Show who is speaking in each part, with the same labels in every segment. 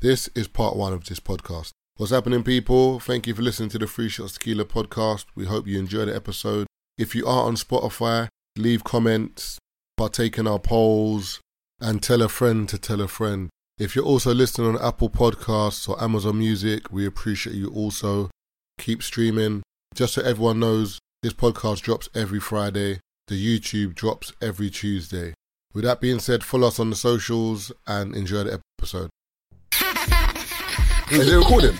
Speaker 1: This is part one of this podcast. What's happening, people? Thank you for listening to the Free Shots Tequila podcast. We hope you enjoy the episode. If you are on Spotify, leave comments, partake in our polls, and tell a friend to tell a friend. If you're also listening on Apple Podcasts or Amazon Music, we appreciate you also. Keep streaming. Just so everyone knows, this podcast drops every Friday. The YouTube drops every Tuesday. With that being said, follow us on the socials and enjoy the episode. Is it recording?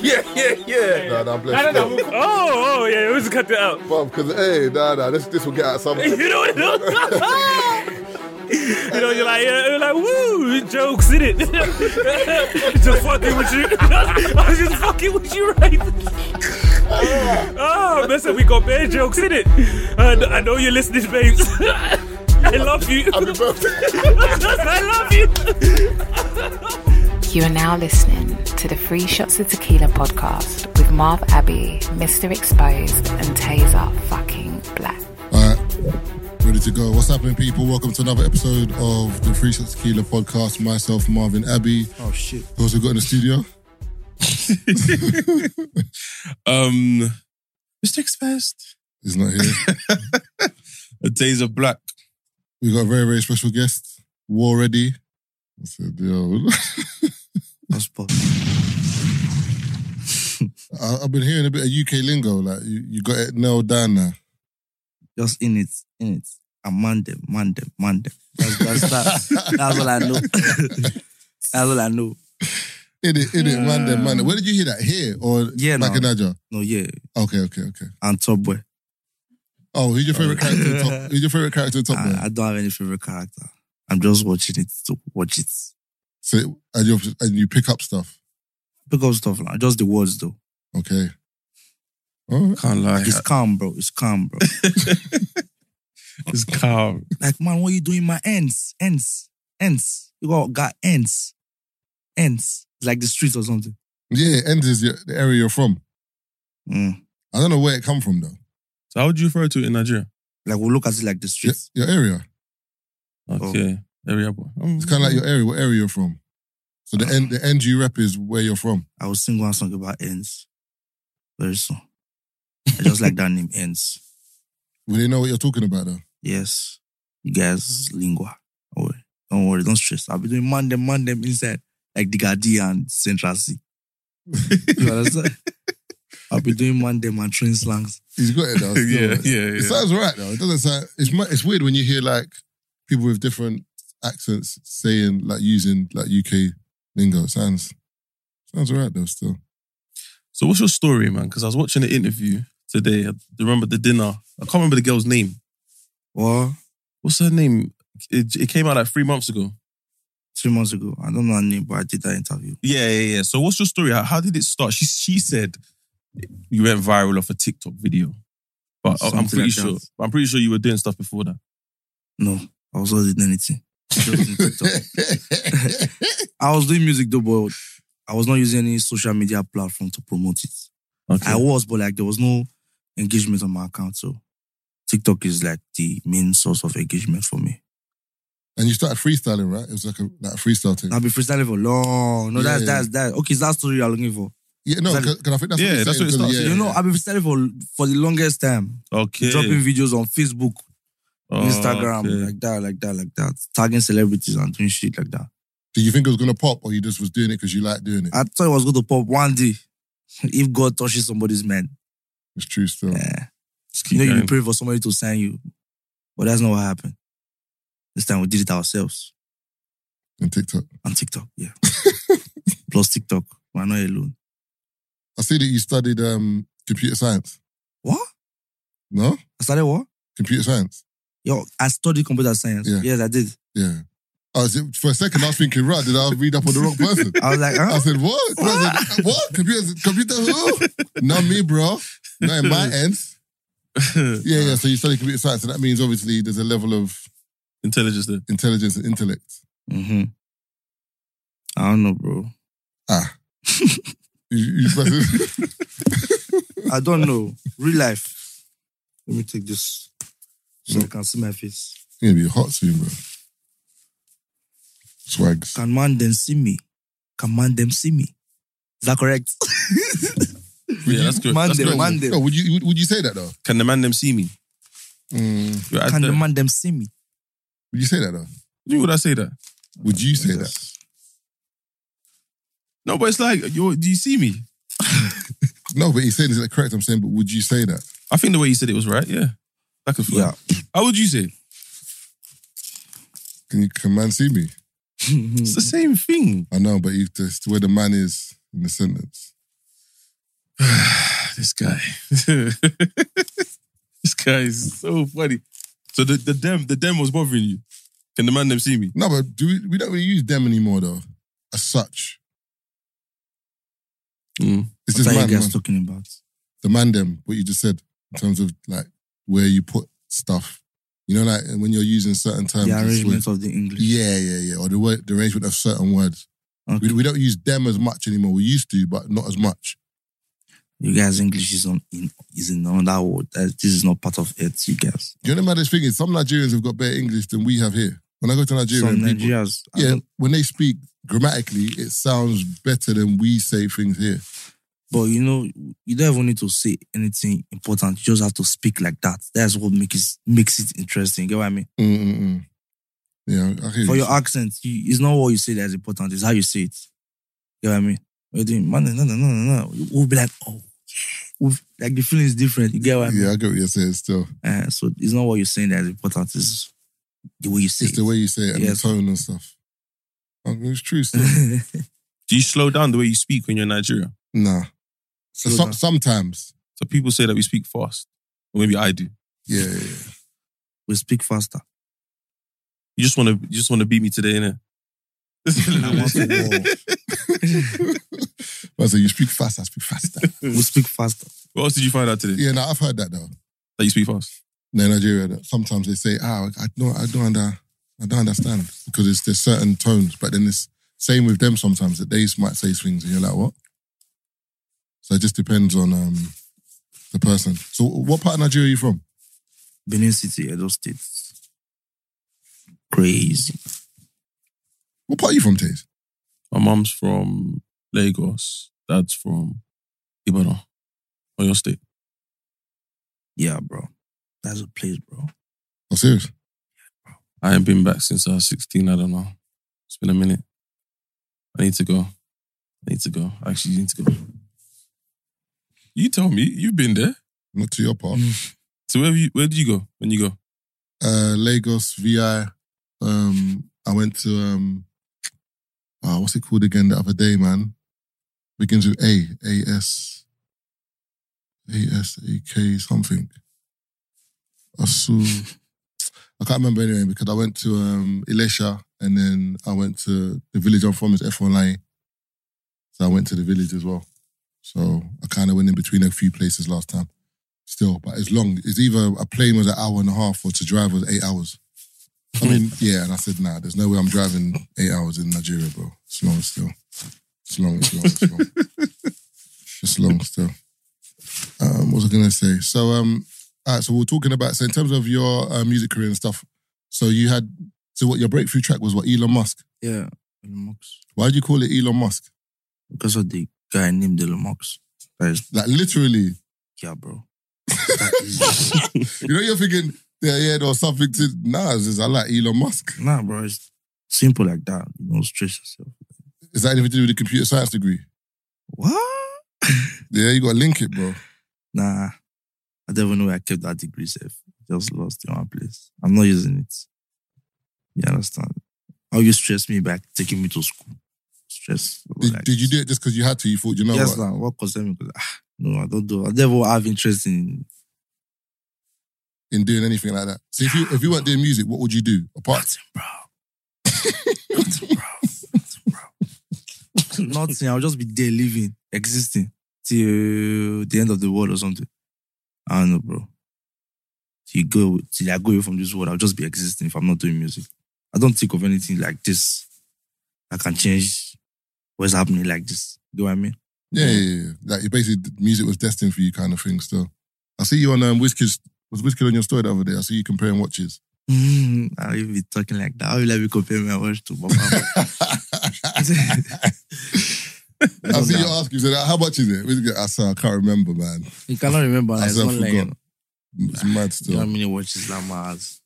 Speaker 2: Yeah, yeah, yeah.
Speaker 1: Nah, nah, I'm
Speaker 2: No, no,
Speaker 1: blessed.
Speaker 2: no. we- Oh, oh, yeah. We just cut that out.
Speaker 1: Because, hey, nah, nah, this, this will get out some.
Speaker 2: You know what? You know, you're like, yeah, you're like, woo, jokes in it. just fucking with you. I was just fucking with you, right? oh, man, so we got bad jokes in it. I, I know you're listening, babes. I love you.
Speaker 1: Happy birthday.
Speaker 2: I love you.
Speaker 3: You are now listening to the Free Shots of Tequila podcast with Marv Abbey, Mr. Exposed, and Taser fucking Black.
Speaker 1: All right, ready to go. What's happening, people? Welcome to another episode of the Free Shot Tequila podcast. Myself, Marvin Abbey.
Speaker 4: Oh shit.
Speaker 1: Who else we got in the studio?
Speaker 4: Um Mr. Exposed.
Speaker 1: He's not here.
Speaker 4: A Days of Black.
Speaker 1: we got a very, very special guest. War ready. What's the deal?
Speaker 4: That's pop.
Speaker 1: I, I've been hearing a bit of UK lingo. Like you, you got it nailed down now.
Speaker 5: just in it, in it. And man them, man them, man them. That's, that's, that, that's all I know. that's all I know.
Speaker 1: In it, in it, man, then, man. Where did you hear that? Here or
Speaker 5: Yeah,
Speaker 1: back
Speaker 5: no.
Speaker 1: in Niger?
Speaker 5: No, yeah.
Speaker 1: Okay, okay, okay.
Speaker 5: And Top Boy.
Speaker 1: Oh, who's your favorite
Speaker 5: Oh. Uh,
Speaker 1: character? In top, who's your favorite character in Top
Speaker 5: I,
Speaker 1: Boy?
Speaker 5: I don't have any favorite character. I'm just watching it to watch it.
Speaker 1: So, and you and you pick up stuff.
Speaker 5: Pick up stuff now. Just the words though.
Speaker 1: Okay. All right.
Speaker 4: Can't lie.
Speaker 5: It's calm, bro. It's calm, bro.
Speaker 4: It's calm.
Speaker 5: like, man, what you doing? My ends, ends, ends. You got got ends, ends. It's like the streets or something.
Speaker 1: Yeah, Ends is your, the area you're from.
Speaker 5: Mm.
Speaker 1: I don't know where it come from though.
Speaker 4: So how would you refer to it in Nigeria?
Speaker 5: Like we look at it like the
Speaker 1: Your,
Speaker 5: streets.
Speaker 1: your area.
Speaker 5: Oh.
Speaker 4: Okay. Mm. Area boy.
Speaker 1: It's kind of like your area. What area you're from? So the end, the end you rep is where you're from.
Speaker 5: I will sing one song about ends very soon. I just like that name, ends.
Speaker 1: Will they know what you're talking about though?
Speaker 5: Yes, you guys, lingua. Don't worry, don't worry, don't stress. I'll be doing man them, man them inside, like the Gadi and Central Sea. You understand? I'll be doing man them and train slangs.
Speaker 1: He's got it though. still.
Speaker 4: yeah, yeah,
Speaker 1: It
Speaker 4: yeah.
Speaker 1: sounds right though. It doesn't sound. It's mu- it's weird when you hear like people with different accents saying like using like UK lingo. It sounds sounds alright though. Still.
Speaker 4: So what's your story, man? Because I was watching an interview today. I remember the dinner. I can't remember the girl's name.
Speaker 5: Or
Speaker 4: What's her name? It, it came out like three months ago.
Speaker 5: three months ago, I don't know her name, but I did that interview.
Speaker 4: Yeah, yeah, yeah. So what's your story? How, how did it start? She she said you went viral off a TikTok video. But I- I'm
Speaker 5: Something
Speaker 4: pretty
Speaker 5: like
Speaker 4: sure.
Speaker 5: that.
Speaker 4: I'm pretty sure you were doing stuff before that.
Speaker 5: No, I was not doing anything. Just doing TikTok. I was doing music though, but I was not using any social media platform to promote it.
Speaker 4: Okay.
Speaker 5: I was, but like there was no engagement on my account. So TikTok is like the main source of engagement for me.
Speaker 1: and you started freestyling, right? It was like a like a freestyle thing.
Speaker 5: I've been freestyling for long. No,
Speaker 1: Yeah,
Speaker 5: that's
Speaker 1: yeah.
Speaker 5: that's that. Okay, it's that story I'm looking for.
Speaker 1: Yeah, no,
Speaker 5: Exactly.
Speaker 1: because I think that's
Speaker 4: Yeah,
Speaker 1: what
Speaker 4: that's what it starts.
Speaker 5: you know, I've been freestyling for for the longest time.
Speaker 4: okay.
Speaker 5: Dropping videos on Facebook,
Speaker 4: Oh,
Speaker 5: Instagram,
Speaker 4: okay.
Speaker 5: like that, like that, like that. Tagging celebrities and doing shit like that.
Speaker 1: Do you think it was gonna pop, or you just was doing it because you like doing it?
Speaker 5: I thought it was going to pop one day. If God touches somebody's man,
Speaker 1: It's true still.
Speaker 5: eh,
Speaker 4: Just keep
Speaker 5: you know, you
Speaker 4: going.
Speaker 5: pray for somebody to sign you, but that's not what happened. This time we did it ourselves.
Speaker 1: And TikTok.
Speaker 5: On TikTok, yeah. Plus TikTok. We're not alone.
Speaker 1: I see that you studied um, computer science.
Speaker 5: What?
Speaker 1: No,
Speaker 5: I started what?
Speaker 1: computer science.
Speaker 5: Yo, I studied computer science.
Speaker 1: Yeah.
Speaker 5: Yes, I did.
Speaker 1: Yeah. I was, for a second, I was thinking, right, did I read up on the wrong person?
Speaker 5: I was like,
Speaker 1: I
Speaker 5: huh?
Speaker 1: said, what? I said, what? Computer, computer who? Not me, bro. Not in my ends. Yeah, yeah. So you study computer science, and that means obviously there's a level of
Speaker 4: Intelligence there.
Speaker 1: intelligence and intellect.
Speaker 5: mm-hmm. I don't know, bro.
Speaker 1: Ah. you, you supposed to-
Speaker 5: I don't know. Real life. Let me take this
Speaker 1: Mm.
Speaker 5: so I can see my face.
Speaker 1: You're going to be hot soon, bro. Swags.
Speaker 5: Can man then see me? Can man them see me? Is that correct?
Speaker 4: Yeah, that's good.
Speaker 5: Man
Speaker 4: That's
Speaker 5: them,
Speaker 4: good.
Speaker 5: man them.
Speaker 1: No, would you would, would you say that though?
Speaker 4: Can the man them see me?
Speaker 1: Mm.
Speaker 4: You ask
Speaker 5: Can the
Speaker 4: them.
Speaker 5: man them see me?
Speaker 1: Would you say that though?
Speaker 4: You would I say that?
Speaker 1: Would you say that?
Speaker 5: Yes.
Speaker 4: No, but it's like, yo, do you see me?
Speaker 1: No, but he's saying is that correct? I'm saying, but would you say that?
Speaker 4: I think the way you said it was right. Yeah, that could fly.
Speaker 5: Yeah.
Speaker 4: How would you say? it?
Speaker 1: Can you can man see me?
Speaker 4: It's the same thing.
Speaker 1: I know, but you just where the man is in the sentence.
Speaker 4: Ah, This guy. this guy is so funny. So the the dem the dem was bothering you. Can the man them see me?
Speaker 1: No, but do we, we don't really use them anymore though, as such.
Speaker 4: Mm.
Speaker 1: It's
Speaker 5: What
Speaker 1: just
Speaker 5: are
Speaker 1: man,
Speaker 5: you guys
Speaker 1: man.
Speaker 5: talking about?
Speaker 1: the man them. What you just said in terms of like where you put stuff. You know, like when you're using certain terms.
Speaker 5: the
Speaker 1: it's where-
Speaker 5: arrangement of the English.
Speaker 1: Yeah, yeah, yeah. Or the word, the arrangement of certain words.
Speaker 5: Okay.
Speaker 1: We, we don't use them as much anymore. We used to, but not as much.
Speaker 5: You guys, English is on in is in another world. Uh, This is not part of it. You guys,
Speaker 1: Do you know the maddest thing is some Nigerians have got better English than we have here. When I go to Nigeria,
Speaker 5: some
Speaker 1: and people,
Speaker 5: Nigerians. I
Speaker 1: yeah,
Speaker 5: don't-
Speaker 1: when they speak grammatically, it sounds better than we say things here.
Speaker 5: but you know, you don't even need to say anything important. You just have to speak like that. That's what makes it, makes it interesting. Get what I mean?
Speaker 1: Mm-mm-mm. Yeah, I hear
Speaker 5: For
Speaker 1: you.
Speaker 5: your accent, you, it's not what you say that's important. It's how you say it. Get what I mean? You're doing man, no, no, no, no, no. We'll be like, oh, we like the feeling is different. You get what I mean?
Speaker 1: yeah, I get what you're saying. Still,
Speaker 5: Uh, so it's not what you're saying that's important. It's the way you say
Speaker 1: it's the way you say it and
Speaker 5: Yes.
Speaker 1: the tone and stuff. I mean, it's true. Still.
Speaker 5: it.
Speaker 4: Do you slow down the way you speak when you're in Nigeria?
Speaker 1: nah, so,
Speaker 5: Slow
Speaker 1: some-
Speaker 5: down.
Speaker 1: sometimes.
Speaker 4: So people say that we speak fast, or maybe I do.
Speaker 1: Yeah, yeah, yeah.
Speaker 5: we speak faster.
Speaker 4: You just want to you just want to beat me today, innit?
Speaker 5: I want to
Speaker 1: But so you speak fast. I speak faster.
Speaker 5: We speak faster.
Speaker 4: what else did you find out today?
Speaker 1: yeah, no, I've heard that though.
Speaker 4: That you speak fast.
Speaker 1: in Nigeria that sometimes they say, "Ah, I don't, I don't, under, I don't understand," because it's there's certain tones. But then it's same with them sometimes that they might say things, and you're like, "What?" So it just depends on um, the person. So, what part of Nigeria are you from?
Speaker 5: Benin City, Edo State. Crazy.
Speaker 1: What part are you from, Taze?
Speaker 4: My mom's from Lagos. Dad's from Ibadan, Oyo State.
Speaker 5: Yeah, bro. That's a place, bro.
Speaker 1: Oh, serious?
Speaker 4: I ain't been back since I was 16. I don't know. It's been a minute. I need to go. I need to go. Actually, you need to go. You tell me. You've been there.
Speaker 1: Not to your part.
Speaker 4: So where have you, where did you go when you go?
Speaker 1: Uh, Lagos, VI. Um, I went to um, ah, what's it called again the other day, man? Begins with A, A S, A S A K something. Asu. I can't remember anyway because I went to um Ilesha and then I went to the village I'm from is F1A. So I went to the village as well. So I kind of went in between a few places last time still, but it's long. It's either a plane was an hour and a half or to drive was eight hours. I mean, yeah, and I said, nah, there's no way I'm driving eight hours in Nigeria, bro. It's long still. It's long, it's long, it's long. it's long still. Um, what was I gonna say? So um all right, so we we're talking about so in terms of your uh, music career and stuff, so you had so what your breakthrough track was what Elon Musk.
Speaker 5: Yeah. Elon Musk.
Speaker 1: Why do you call it Elon Musk?
Speaker 5: Because of the guy named Elon Musk. That is,
Speaker 1: Like literally,
Speaker 5: yeah, bro. That is-
Speaker 1: you know, you're thinking, yeah, yeah, there was something to nah, it's just, I like Elon Musk.
Speaker 5: nah, bro. It's simple like that. You don't stress yourself.
Speaker 1: Is that anything to do with the computer science degree?
Speaker 5: What?
Speaker 1: Yeah, you gotta link it, bro.
Speaker 5: Nah. I don't even know where I kept that degree safe. Just lost in one place. I'm not using it. You understand? How you stress me by taking me to school? Stress.
Speaker 1: Did,
Speaker 5: like-
Speaker 1: did you do it just because you had to? You thought, you know
Speaker 5: yes,
Speaker 1: what?
Speaker 5: now what concern me? 'Cause, ah, no, I don't do. I never have interest in.
Speaker 1: In doing anything like that. So if you if you weren't doing music, what would you do? Apart,
Speaker 5: Nothing, bro. Nothing, bro. Nothing, bro. Nothing. I'll just be there, living, existing till the end of the world or something. I don't know, bro. Till you go, till I go away from this world, I'll just be existing if I'm not doing music. I don't think of anything like this. I can change what's happening like this. Do you know what I mean?
Speaker 1: yeah, yeah, yeah. Like you basically music was destined for you, kind of thing. Still, I see you on um, Wizkid's was Wizkid on your story the other day. I see you comparing watches.
Speaker 5: Mm, I'll be talking like that. How will I be comparing my watch to Papa?
Speaker 1: I see you ask. You said, "How much is it?" We get- I said, "I can't remember, man.
Speaker 5: You cannot remember.
Speaker 1: I
Speaker 5: It's
Speaker 1: said I
Speaker 5: not like you
Speaker 1: forgot.
Speaker 5: know
Speaker 1: It's mad
Speaker 5: you know how
Speaker 1: still."
Speaker 5: many watches that man has.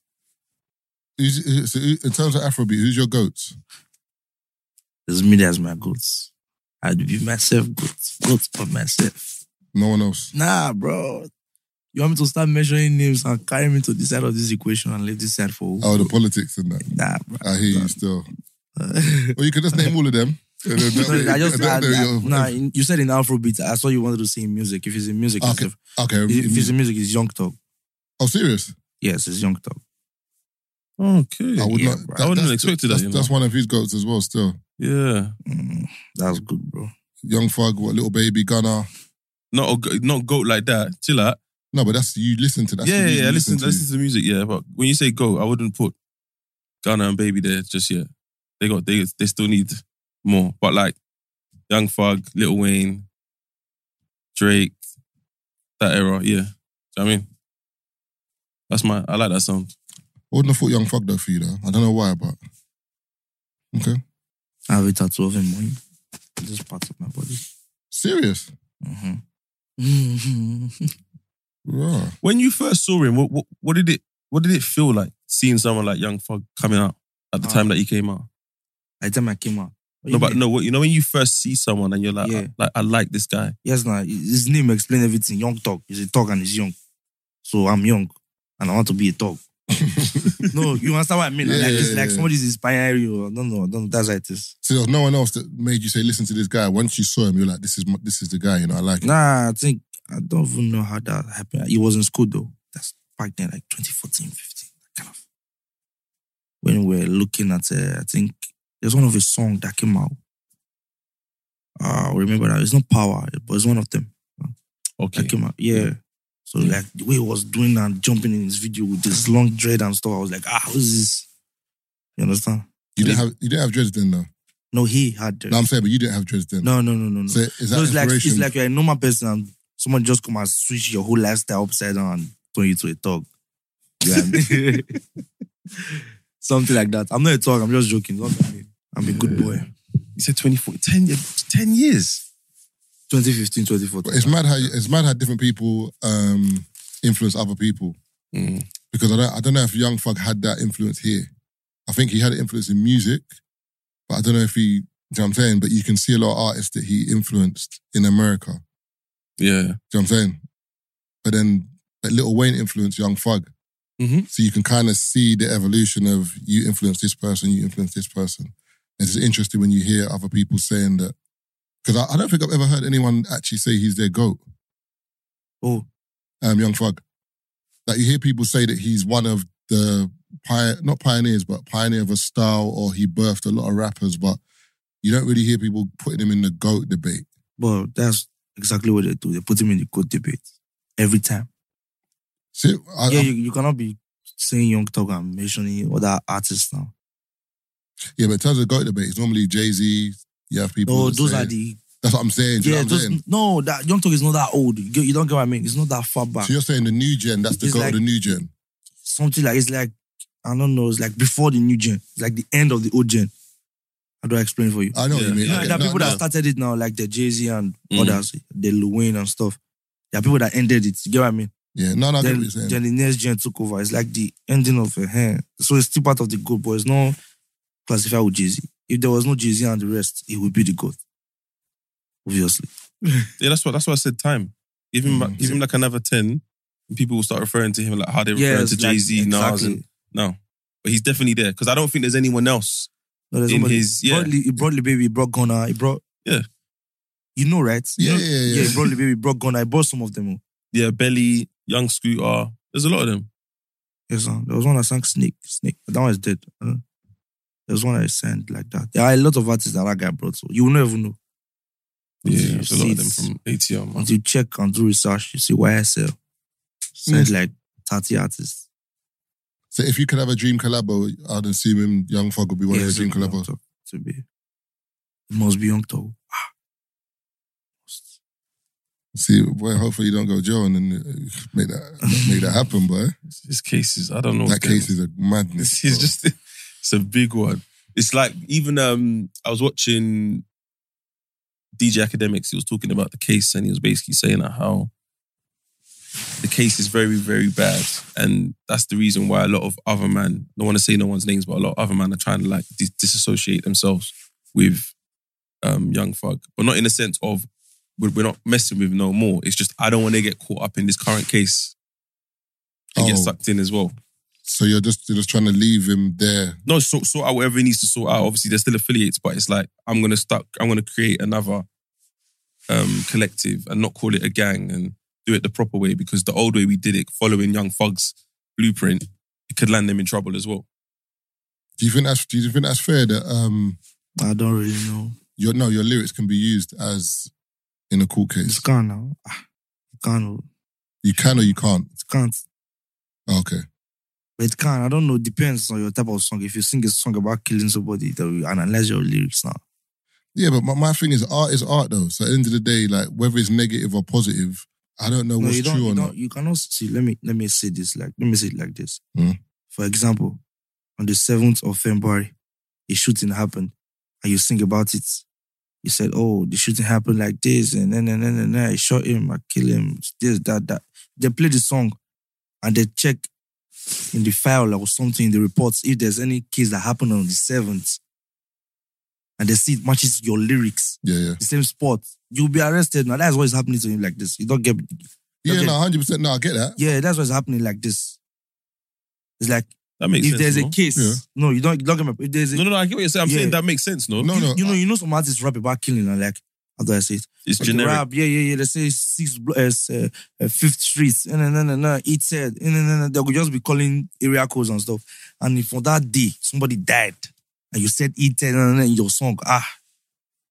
Speaker 1: Who's- who- so who- in terms of Afrobeat, who's your goats?
Speaker 5: It's me that's my goats. I'd be myself goats. Goats for myself.
Speaker 1: No one else.
Speaker 5: Nah, bro. You want me to start measuring names and carry me to the side of this equation and leave this side for who?
Speaker 1: Oh, the politics and that.
Speaker 5: Nah, bro.
Speaker 1: I hear you still.
Speaker 5: Sorry,
Speaker 1: Well, you can just name all of them. And then that way-
Speaker 5: I just,
Speaker 1: and then
Speaker 5: I,
Speaker 1: they're
Speaker 5: I,
Speaker 1: your-
Speaker 5: nah, in- you said in Afrobeat. I saw you wanted to see music. If it's in music, it's
Speaker 1: Okay.
Speaker 5: def-
Speaker 1: okay.
Speaker 5: if it's in music, it's Young Talk.
Speaker 1: Oh, serious?
Speaker 5: Yes, it's Young Talk.
Speaker 4: Okay.
Speaker 1: I would
Speaker 5: yeah,
Speaker 1: not.
Speaker 5: bro.
Speaker 4: I
Speaker 1: that's-
Speaker 4: wouldn't have expected that,
Speaker 1: That's,
Speaker 4: you know.
Speaker 1: that's one of his goats as well. Still,
Speaker 4: Yeah.
Speaker 5: Mm, that's good, bro.
Speaker 1: young Fug, what little baby Gunner.
Speaker 4: Not a, go- not goat like that. Chill out.
Speaker 1: No, but that's you listen to. That's
Speaker 4: yeah,
Speaker 1: the
Speaker 4: yeah,
Speaker 1: reason
Speaker 4: yeah.
Speaker 1: you
Speaker 4: Listen,
Speaker 1: to.
Speaker 4: listen to the music. Yeah, but when you say go, I wouldn't put Ghana and Baby there just yet. They got they they still need more. But like Young Thug, Lil Wayne, Drake, that era. Yeah, Do you know what I mean, that's my. I like that sound.
Speaker 1: I wouldn't have thought Young Fug though for you though. I don't know why, but okay.
Speaker 5: I have a tattoo of a money. This part of my body.
Speaker 1: Serious?
Speaker 5: hmm
Speaker 1: Yeah.
Speaker 4: When you first saw him, what what, what did it what did it feel like seeing someone like Young Thug coming out at the
Speaker 5: Ah.
Speaker 4: time that he came out?
Speaker 5: By the time I came out.
Speaker 4: No, but no, what you know when you first see someone and you're like,
Speaker 5: Yeah.
Speaker 4: I, like I like this guy.
Speaker 5: Yes, now his name explains everything. Young Talk. He's a talk and he's young. So I'm young and I want to be a talk. no, you understand what I mean?
Speaker 1: Yeah,
Speaker 5: like it's
Speaker 1: yeah,
Speaker 5: like
Speaker 1: yeah.
Speaker 5: somebody's inspiring you. No, no, no, that's how it is.
Speaker 1: So there was no one else that made you say, "Listen to this guy." Once you saw him, you're like, "This is my, this is the guy." You know, I like. Him.
Speaker 5: Nah, I think I don't even know how that happened. It was in school though. That's back then, like 2014, 15, that kind of. When we were looking at, uh, I think there's one of his song that came out. Uh, I remember that it's not Power, but it's one of them
Speaker 4: Okay,
Speaker 5: that came out. Yeah. So like the way he was doing and jumping in his video with this long dread and stuff, I was like, ah, who's this? You understand?
Speaker 1: You didn't have you didn't have dreads then though.
Speaker 5: No, he had. dread.
Speaker 1: No, I'm saying, but you didn't have dreads then.
Speaker 5: no, no, no, no, no.
Speaker 1: So is that
Speaker 5: No, it's like it's
Speaker 1: inspiration?
Speaker 5: like you're a normal person and someone just come and switch your whole lifestyle upside down and turn you to a dog. You know what I mean? Something like that. I'm not a dog, I'm just joking. Don't look at me. I'm a good boy.
Speaker 4: you said 24, 10, yeah, 10 years.
Speaker 5: 2015,
Speaker 1: But
Speaker 5: 2014.
Speaker 1: it's mad how it's mad how different people um, influence other people
Speaker 4: Mm.
Speaker 1: because I don't I don't know if Young Thug had that influence here. I think he had an influence in music, but I don't know if he. Do you know what I'm saying? But you can see a lot of artists that he influenced in America.
Speaker 4: Yeah,
Speaker 1: Do you know what I'm saying? But then, but Little Wayne influenced Young Thug.
Speaker 4: Mhm.
Speaker 1: So you can kind of see the evolution of you influence this person, you influence this person. And it's interesting when you hear other people saying that. Because I, I don't think I've ever heard anyone actually say he's their GOAT,
Speaker 5: oh,
Speaker 1: um, Young Thug. Like you hear people say that he's one of the, pi- not pioneers, but pioneer of a style or he birthed a lot of rappers, but you don't really hear people putting him in the GOAT debate.
Speaker 5: but that's exactly what they do. They put him in the code debate every time.
Speaker 1: See, I,
Speaker 5: yeah,
Speaker 1: yeah,
Speaker 5: you, you cannot be saying young talk and mentioning other artists now.
Speaker 1: yeah, but in terms of GOAT debate, it's normally Jay-Z, you have people.
Speaker 5: No,
Speaker 1: that
Speaker 5: those
Speaker 1: say-
Speaker 5: are the
Speaker 1: That's what I'm saying. Do you
Speaker 5: yeah.
Speaker 1: know what I'm
Speaker 5: Those,
Speaker 1: saying?
Speaker 5: no, that young talk is not that old. You, get- you don't get what I mean. It's not that far back.
Speaker 1: So you're saying the new gen, that's the
Speaker 5: It's
Speaker 1: goal
Speaker 5: like-
Speaker 1: of the new gen.
Speaker 5: something like it's like I don't know, it's like before the new gen, it's like the end of the old gen. How do I explain it for you?
Speaker 1: I know what
Speaker 4: Yeah.
Speaker 1: you mean.
Speaker 4: Yeah,
Speaker 1: Ah, Okay,
Speaker 5: there are
Speaker 1: no,
Speaker 5: people
Speaker 1: no. Mm.
Speaker 5: that started it now, like the Jay Z and
Speaker 4: Mhm.
Speaker 5: others, the Lil Wayne and stuff. There are people that ended it. You get what I mean?
Speaker 1: Yeah, no, no, I get
Speaker 5: then,
Speaker 1: what you're saying.
Speaker 5: then the next gen took over. It's like the ending of a hand. So it's still part of the good, but it's not classified with Jay Z. If there was no Jay Z and the rest, it would be the good. Obviously.
Speaker 4: yeah. That's what that's what I said. Time. Give him
Speaker 1: Mm.
Speaker 4: give him like another ten, and people will start referring to him like how they refer
Speaker 5: Yeah,
Speaker 4: to Jay Z, Nas, and
Speaker 5: exactly.
Speaker 4: no. But he's definitely there because I don't think there's anyone else
Speaker 5: No, there's
Speaker 4: in
Speaker 5: nobody-
Speaker 4: his
Speaker 5: He
Speaker 4: yeah.
Speaker 5: brought, Li- he brought Lil Baby, he brought Gunna, he brought.
Speaker 4: Yeah.
Speaker 5: You know, right? You
Speaker 1: Yeah,
Speaker 5: know-
Speaker 1: yeah, yeah,
Speaker 5: he brought Lil Baby, he brought Gunna, he brought some of them. oh.
Speaker 4: yeah, Belly, Young Scooter. There's a lot of them.
Speaker 5: Yes, sir. There was one that sang Snake, Snake. That one is dead. Uh, there was one that sang like that. There are a lot of artists that that guy brought, so you will never know.
Speaker 4: Yeah,
Speaker 5: You
Speaker 4: there's a lot
Speaker 5: see
Speaker 4: of them
Speaker 5: it's-
Speaker 4: from ATL. Man.
Speaker 5: Until you check and do research, you see YSL. Sent like 30 artists.
Speaker 1: So if you could have a dream collabo, I'd assume him, Young Fog would be one
Speaker 5: Yeah,
Speaker 1: of
Speaker 5: so
Speaker 1: your dream
Speaker 5: Young
Speaker 1: collabos.
Speaker 5: Thug To be. It must be Young Tog.
Speaker 1: See, well, hopefully you don't go Joe and then uh, make that make that happen, boy.
Speaker 4: His cases, I don't know.
Speaker 1: That
Speaker 4: what's going
Speaker 1: case
Speaker 4: on.
Speaker 1: is a madness.
Speaker 4: It's, it's
Speaker 1: bro.
Speaker 4: just it's a big one. It's like even um I was watching DJ Academics, he was talking about the case and he was basically saying that how the case is very, very bad. And that's the reason why a lot of other men, I don't want to say no one's names, but a lot of other men are trying to like dis- disassociate themselves with um, Young Thug. But not in the sense of we're, we're not messing with no more. It's just I don't want to get caught up in this current case and get
Speaker 1: Oh.
Speaker 4: sucked in as well.
Speaker 1: So you're just you're just trying to leave him there.
Speaker 4: No, sort, sort out whatever he needs to sort out. Obviously, they're still affiliates, but it's like I'm gonna start. I'm gonna create another um, collective and not call it a gang and do it the proper way because the old way we did it, following Young Thug's blueprint, it could land them in trouble as well.
Speaker 1: Do you think that's do you think that's fair that um
Speaker 5: I don't really know.
Speaker 1: your no your lyrics can be used as in a court
Speaker 5: It's
Speaker 1: case?
Speaker 5: gone now. Ah, It can't.
Speaker 1: You can or you can't. Oh,
Speaker 5: It can't.
Speaker 1: Okay.
Speaker 5: But it can. I don't know. Depends on your type of song. If you sing a song about killing somebody, that we analyze your lyrics now.
Speaker 1: Yeah, but my, my thing is art is art though. So at the end of the day, like whether it's negative or positive, I don't know
Speaker 5: No,
Speaker 1: what's
Speaker 5: you don't.
Speaker 1: true
Speaker 5: You,
Speaker 1: or
Speaker 5: don't
Speaker 1: not.
Speaker 5: you cannot see. Let me let me say this. Like let me say it like this.
Speaker 1: Mm.
Speaker 5: For example, on the seventh of February, a shooting happened, and you sing about it. You said, "Oh, the shooting happened like this, and then and then and then I shot him, I killed him, this that that." They play the song, and they check in the file or something in the reports if there's any case that happened on the seventh, and they see it matches your lyrics,
Speaker 1: Yeah, yeah.
Speaker 5: the same spot. You'll be arrested. Now that's what is happening to him like this. You don't get
Speaker 1: Yeah,
Speaker 5: Okay.
Speaker 1: no, hundred percent. No, I get that.
Speaker 5: yeah, that's what's happening like this. It's like
Speaker 4: That makes
Speaker 5: if
Speaker 4: sense.
Speaker 5: there's
Speaker 4: no?
Speaker 5: a case,
Speaker 1: Yeah.
Speaker 5: no, you don't. Look at my. If there's a,
Speaker 4: no, no, no, I get what you're saying. I'm saying
Speaker 5: Yeah.
Speaker 4: that makes sense. No,
Speaker 1: No,
Speaker 5: you,
Speaker 1: no.
Speaker 5: you know,
Speaker 1: I-
Speaker 5: you know, some artists rap about killing and like how do I say it?
Speaker 4: it's
Speaker 5: Like
Speaker 4: generic.
Speaker 5: Rap, yeah, yeah, yeah. They say six, blo- uh, s- uh, uh, fifth streets, and then, and then, and then, it said, and then, and then, they could just be calling area codes and stuff. And if on that day somebody died, and you said it said, and then in your song, ah,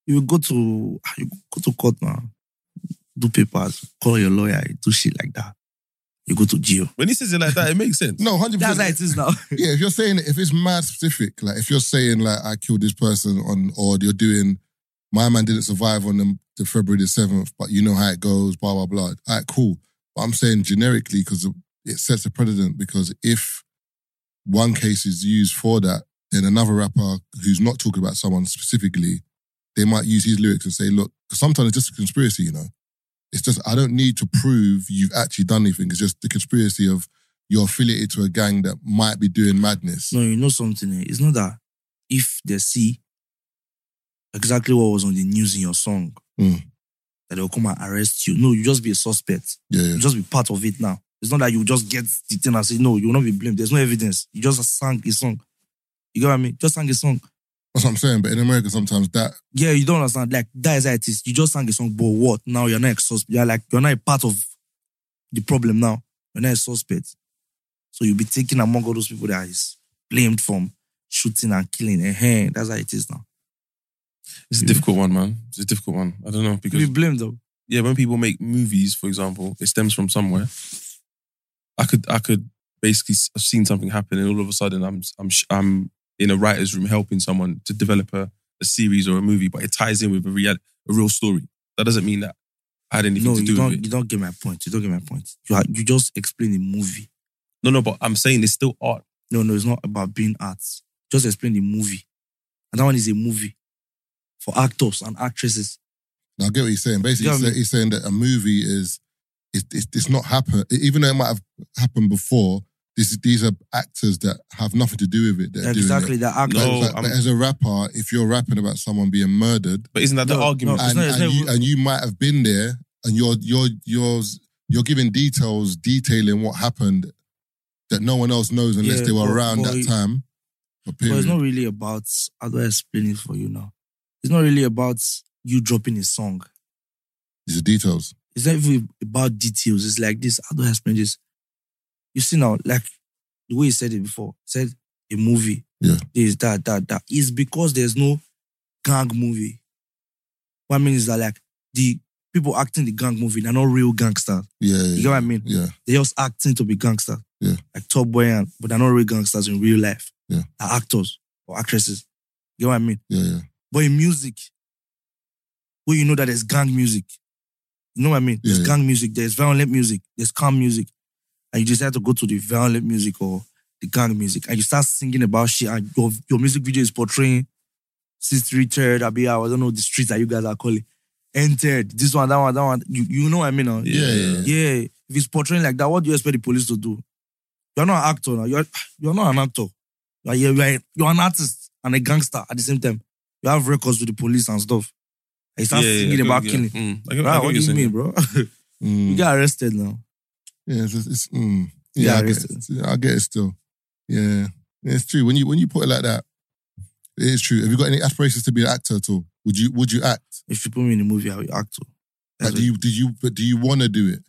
Speaker 5: you will go to ah, you go to court now, do papers, call your lawyer, do shit like that. You go to jail.
Speaker 4: When he says it like that, it makes sense.
Speaker 1: No, hundred
Speaker 5: That's
Speaker 1: percent.
Speaker 5: how it is now.
Speaker 1: Yeah, if you're saying if it's mad specific, like if you're saying like I killed this person on, or you're doing my man didn't survive on the, the February the seventh, but you know how it goes, blah blah blah. All right, cool. But I'm saying generically because it sets a precedent. Because if one case is used for that, then another rapper who's not talking about someone specifically, they might use his lyrics and say, "Look," because sometimes it's just a conspiracy, you know. It's just I don't need to prove you've actually done anything. It's just the conspiracy of you're affiliated to a gang that might be doing madness.
Speaker 5: No, you know something. eh? It's not that if they see exactly what was on the news in your song,
Speaker 1: Mm.
Speaker 5: that they'll come and arrest you. No, you just be a suspect.
Speaker 1: Yeah, yeah.
Speaker 5: You just be part of it now. It's not that you just get the thing and say, no, you will not be blamed. There's no evidence. You just sang a song. You get what I mean? Just sang a song.
Speaker 1: That's what I'm saying. But in America, sometimes that
Speaker 5: Yeah, you don't understand. Like, that is how it is. You just sang a song, but what? Now you're not a suspect. You're like, you're not a part of the problem now. You're not a suspect. So you'll be taken among all those people that is blamed from shooting and killing. Ehen, that's how it is now.
Speaker 4: It's a difficult one, man. It's a difficult one. I don't know because
Speaker 5: You'll be blamed though.
Speaker 4: yeah, when people make movies, for example, it stems from somewhere. I could I could basically s- have seen something happen, and all of a sudden I'm I'm sh- I'm in a writer's room helping someone to develop a, a series or a movie, but it ties in with a real a real story. That doesn't mean that I had anything
Speaker 5: No,
Speaker 4: to
Speaker 5: you
Speaker 4: do
Speaker 5: don't.
Speaker 4: with
Speaker 5: You
Speaker 4: it.
Speaker 5: don't get my point. You don't get my point. You are, you just explain the movie.
Speaker 4: No, no, but I'm saying it's still art.
Speaker 5: No, no, it's not about being art. Just explain the movie. And that one is a movie for actors and actresses.
Speaker 1: I get what he's saying. Basically,
Speaker 5: Yeah,
Speaker 1: he's,
Speaker 5: I
Speaker 1: say-
Speaker 5: mean-
Speaker 1: he's saying that a movie is it's, it's, it's not happen. Even though it might have happened before, this these are actors that have nothing to do with it. That are
Speaker 5: exactly,
Speaker 1: Doing it.
Speaker 5: the actors.
Speaker 4: No,
Speaker 1: Like- like-
Speaker 4: I'm-
Speaker 1: like as a rapper, if you're rapping about someone being murdered,
Speaker 4: But isn't that the
Speaker 5: No,
Speaker 4: argument?
Speaker 5: no. It's
Speaker 1: and,
Speaker 5: not- it's
Speaker 1: and
Speaker 5: not-
Speaker 1: you, and you might have been there, and you're you're you're you're giving details, detailing what happened that no one else knows unless
Speaker 5: Yeah,
Speaker 1: they were
Speaker 5: but-
Speaker 1: around
Speaker 5: but
Speaker 1: that
Speaker 5: it-
Speaker 1: time. But
Speaker 5: But
Speaker 1: period.
Speaker 5: it's not really about. How do I explain it for you now? It's not really about you dropping a song.
Speaker 1: These are details.
Speaker 5: It's not even about details. It's like this. How do I explain this? You see now, like the way you said it before. Said a movie.
Speaker 1: Yeah.
Speaker 5: This, that, that, that. It's because there's no gang movie. What I mean is that like the people acting the gang movie, they're not real gangsters.
Speaker 1: Yeah, yeah,
Speaker 5: You get what I mean?
Speaker 1: yeah.
Speaker 5: They're just acting to be gangsters.
Speaker 1: Yeah.
Speaker 5: Like Top Boy and but they're not real gangsters in real life.
Speaker 1: Yeah.
Speaker 5: They're actors or actresses. You know what I mean?
Speaker 1: yeah, yeah.
Speaker 5: But in music, where you know that there's gang music, you know what I
Speaker 1: Yeah,
Speaker 5: mean? There's
Speaker 1: yeah.
Speaker 5: gang music, there's violent music, there's calm music, and you decide to go to the violent music or the gang music, and you start singing about shit, and your, your music video is portraying Sister Richard, Abia, I don't know the streets that you guys are calling. entered, this one, that one, that one. You, you know what I mean? Huh?
Speaker 1: Yeah, yeah, yeah.
Speaker 5: Yeah. If it's portraying like that, what do you expect the police to do? You're not an actor now. You're you're not an actor. You're, you're, you're, you're an artist and a gangster at the same time. You have records with the police and stuff. And you start singing
Speaker 4: I get
Speaker 5: about
Speaker 4: what you-
Speaker 5: killing.
Speaker 4: Mm, I get, I
Speaker 5: Right,
Speaker 4: get
Speaker 5: what do
Speaker 4: you're
Speaker 5: you
Speaker 4: saying.
Speaker 5: mean, bro? you
Speaker 1: Mm.
Speaker 5: get arrested now.
Speaker 1: Yeah, it's, it's mm.
Speaker 5: Yeah,
Speaker 1: yeah, I,
Speaker 5: it
Speaker 1: get
Speaker 5: is.
Speaker 1: it. Yeah, I get it still. Yeah. Yeah, it's true. When you when you put it like that, it is true. Have you got any aspirations to be an actor at all? Would you Would you act?
Speaker 5: If you put me in a movie, I will act. oh. That's
Speaker 1: Like, do you do you but do you want to do it?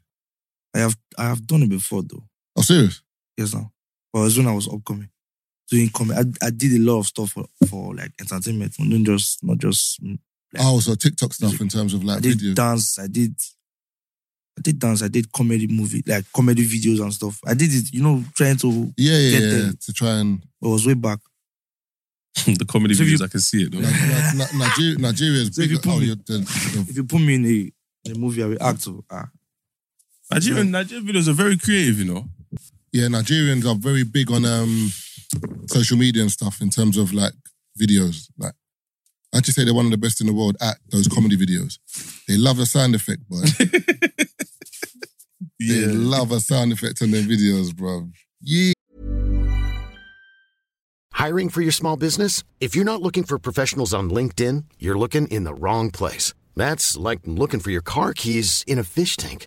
Speaker 5: I have I have done it before though.
Speaker 1: Oh, serious?
Speaker 5: Yes, now. But it was when I was upcoming, doing comedy. I, I did a lot of stuff for, for like entertainment, not just not just. mm, Like,
Speaker 1: oh, so TikTok stuff in terms of
Speaker 5: I
Speaker 1: like
Speaker 5: did
Speaker 1: video.
Speaker 5: dance. I did. I did dance. I did comedy movie, like comedy videos and stuff. I did it, you know, trying to.
Speaker 1: Yeah, yeah,
Speaker 5: Get
Speaker 1: yeah.
Speaker 5: them.
Speaker 1: To try and
Speaker 5: It was way back.
Speaker 4: the comedy
Speaker 5: So if
Speaker 4: videos,
Speaker 5: you-
Speaker 4: I can see it. Though.
Speaker 1: Nigeria, Nigeria, Nigeria's
Speaker 5: So if
Speaker 1: bigger.
Speaker 5: you put
Speaker 1: oh,
Speaker 5: me-
Speaker 1: you're the, the,
Speaker 5: If you put me in a, in a movie, I will act. oh, Ah,
Speaker 4: Nigerian, Nigerian videos are very creative, you know.
Speaker 1: yeah, Nigerians are very big on um, social media and stuff in terms of like videos. Like, I just say they're one of the best in the world at those comedy videos. They love the sound effect, bro. They love a sound effect on their videos, bro. Yeah.
Speaker 6: Hiring for your small business? If you're not looking for professionals on LinkedIn, you're looking in the wrong place. That's like looking for your car keys in a fish tank.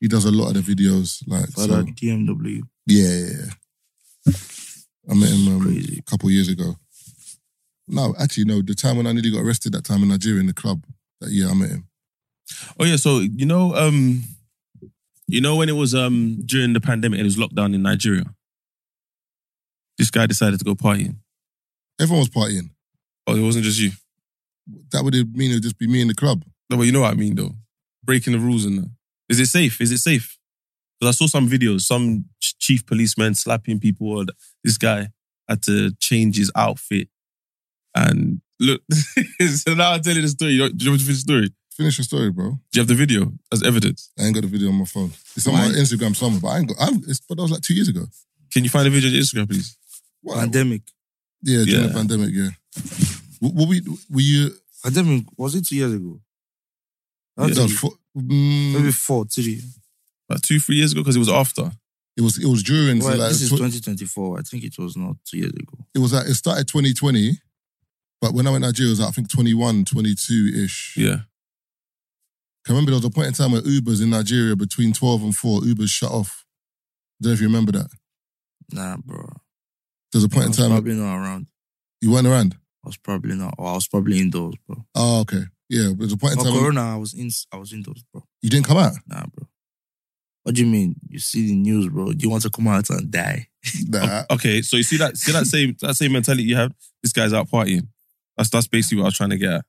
Speaker 1: He does a lot of the videos. Like
Speaker 5: but
Speaker 1: so-
Speaker 5: at DMW,
Speaker 1: yeah, yeah, yeah. I met him um,
Speaker 5: Crazy.
Speaker 1: a couple years ago. No, actually, no. The time when I nearly got arrested, that time in Nigeria in the club. That year, I met him.
Speaker 4: Oh yeah, so you know, um, you know when it was um during the pandemic and it was lockdown in Nigeria, this guy decided to go partying.
Speaker 1: Everyone was partying.
Speaker 4: Oh, it wasn't just you.
Speaker 1: That would have mean it would just be me in the club.
Speaker 4: No, but you know what I mean though. Breaking the rules and that. Is it safe? Is it safe? Because I saw some videos, some ch- chief policeman slapping people. Or th- this guy had to change his outfit. And look, so now I'm telling the story. You know- Do you want me to finish the story?
Speaker 1: Finish your story, bro.
Speaker 4: Do you have the video as evidence?
Speaker 1: I ain't got the video on my phone. It's on
Speaker 4: Why?
Speaker 1: my Instagram somewhere, but I ain't got. I, it's, but that was like two years ago.
Speaker 4: Can you find the video on your Instagram, please?
Speaker 1: What?
Speaker 5: pandemic.
Speaker 1: yeah, during the
Speaker 4: Yeah.
Speaker 1: pandemic. Yeah. W- Were we? Were you?
Speaker 5: Pandemic was it two years ago?
Speaker 4: Yeah.
Speaker 5: Not
Speaker 1: no,
Speaker 5: two,
Speaker 1: fo- mm,
Speaker 5: maybe four, three.
Speaker 4: Like two, three years ago, because it was after.
Speaker 1: It was it was during so
Speaker 5: Well,
Speaker 1: like,
Speaker 5: this is
Speaker 1: tw-
Speaker 5: 2024. I think it was not two years ago.
Speaker 1: it was like it started 2020, but when I went to Nigeria, it was like, I think 21, 22 ish.
Speaker 4: Yeah.
Speaker 1: Can remember there was a point in time where Ubers in Nigeria between 12 and 4, Ubers shut off. don't know if you remember that.
Speaker 5: Nah, bro.
Speaker 1: There's a point
Speaker 5: I
Speaker 1: in
Speaker 5: was
Speaker 1: time
Speaker 5: probably not around.
Speaker 1: you weren't around.
Speaker 5: I was probably not. Or I was probably indoors, bro.
Speaker 1: Oh, okay. Yeah, there's a point in
Speaker 5: Or
Speaker 1: time when
Speaker 5: Corona, I was in. I was indoors, bro.
Speaker 1: you didn't come out.
Speaker 5: Nah, bro. What do you mean? You see the news, bro. Do you want to come out and die?
Speaker 1: Nah.
Speaker 4: Okay, so you see that see that same that same mentality you have. This guy's out partying. That's that's basically what I was trying to get at.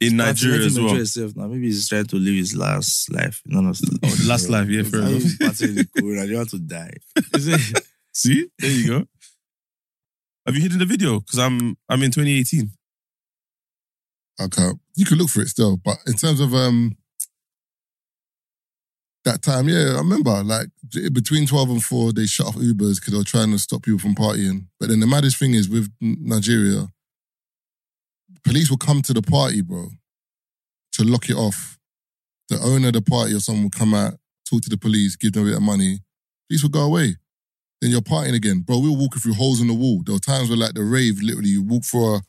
Speaker 4: In Nigeria
Speaker 5: Fascinating
Speaker 4: as well.
Speaker 5: Nigeria itself now. Maybe he's trying to live his last life. No, no. stop.
Speaker 4: Oh, the last life, yeah, fair
Speaker 5: How you
Speaker 4: enough.
Speaker 5: battling the corona? You want to die? Is it?
Speaker 4: See, there you go. Have you hidden the video? Because I'm I'm in 2018.
Speaker 1: I can't. You can look for it still, but in terms of um that time, yeah, I remember like j- between twelve and four, they shut off Ubers because they were trying to stop people from partying. But then the maddest thing is with N- Nigeria, police will come to the party, bro, to lock it off. The owner of the party or someone will come out, talk to the police, give them a bit of money. Police will go away. Then you're partying again, bro. We were walking through holes in the wall. There were times where like the rave, literally, you walk through a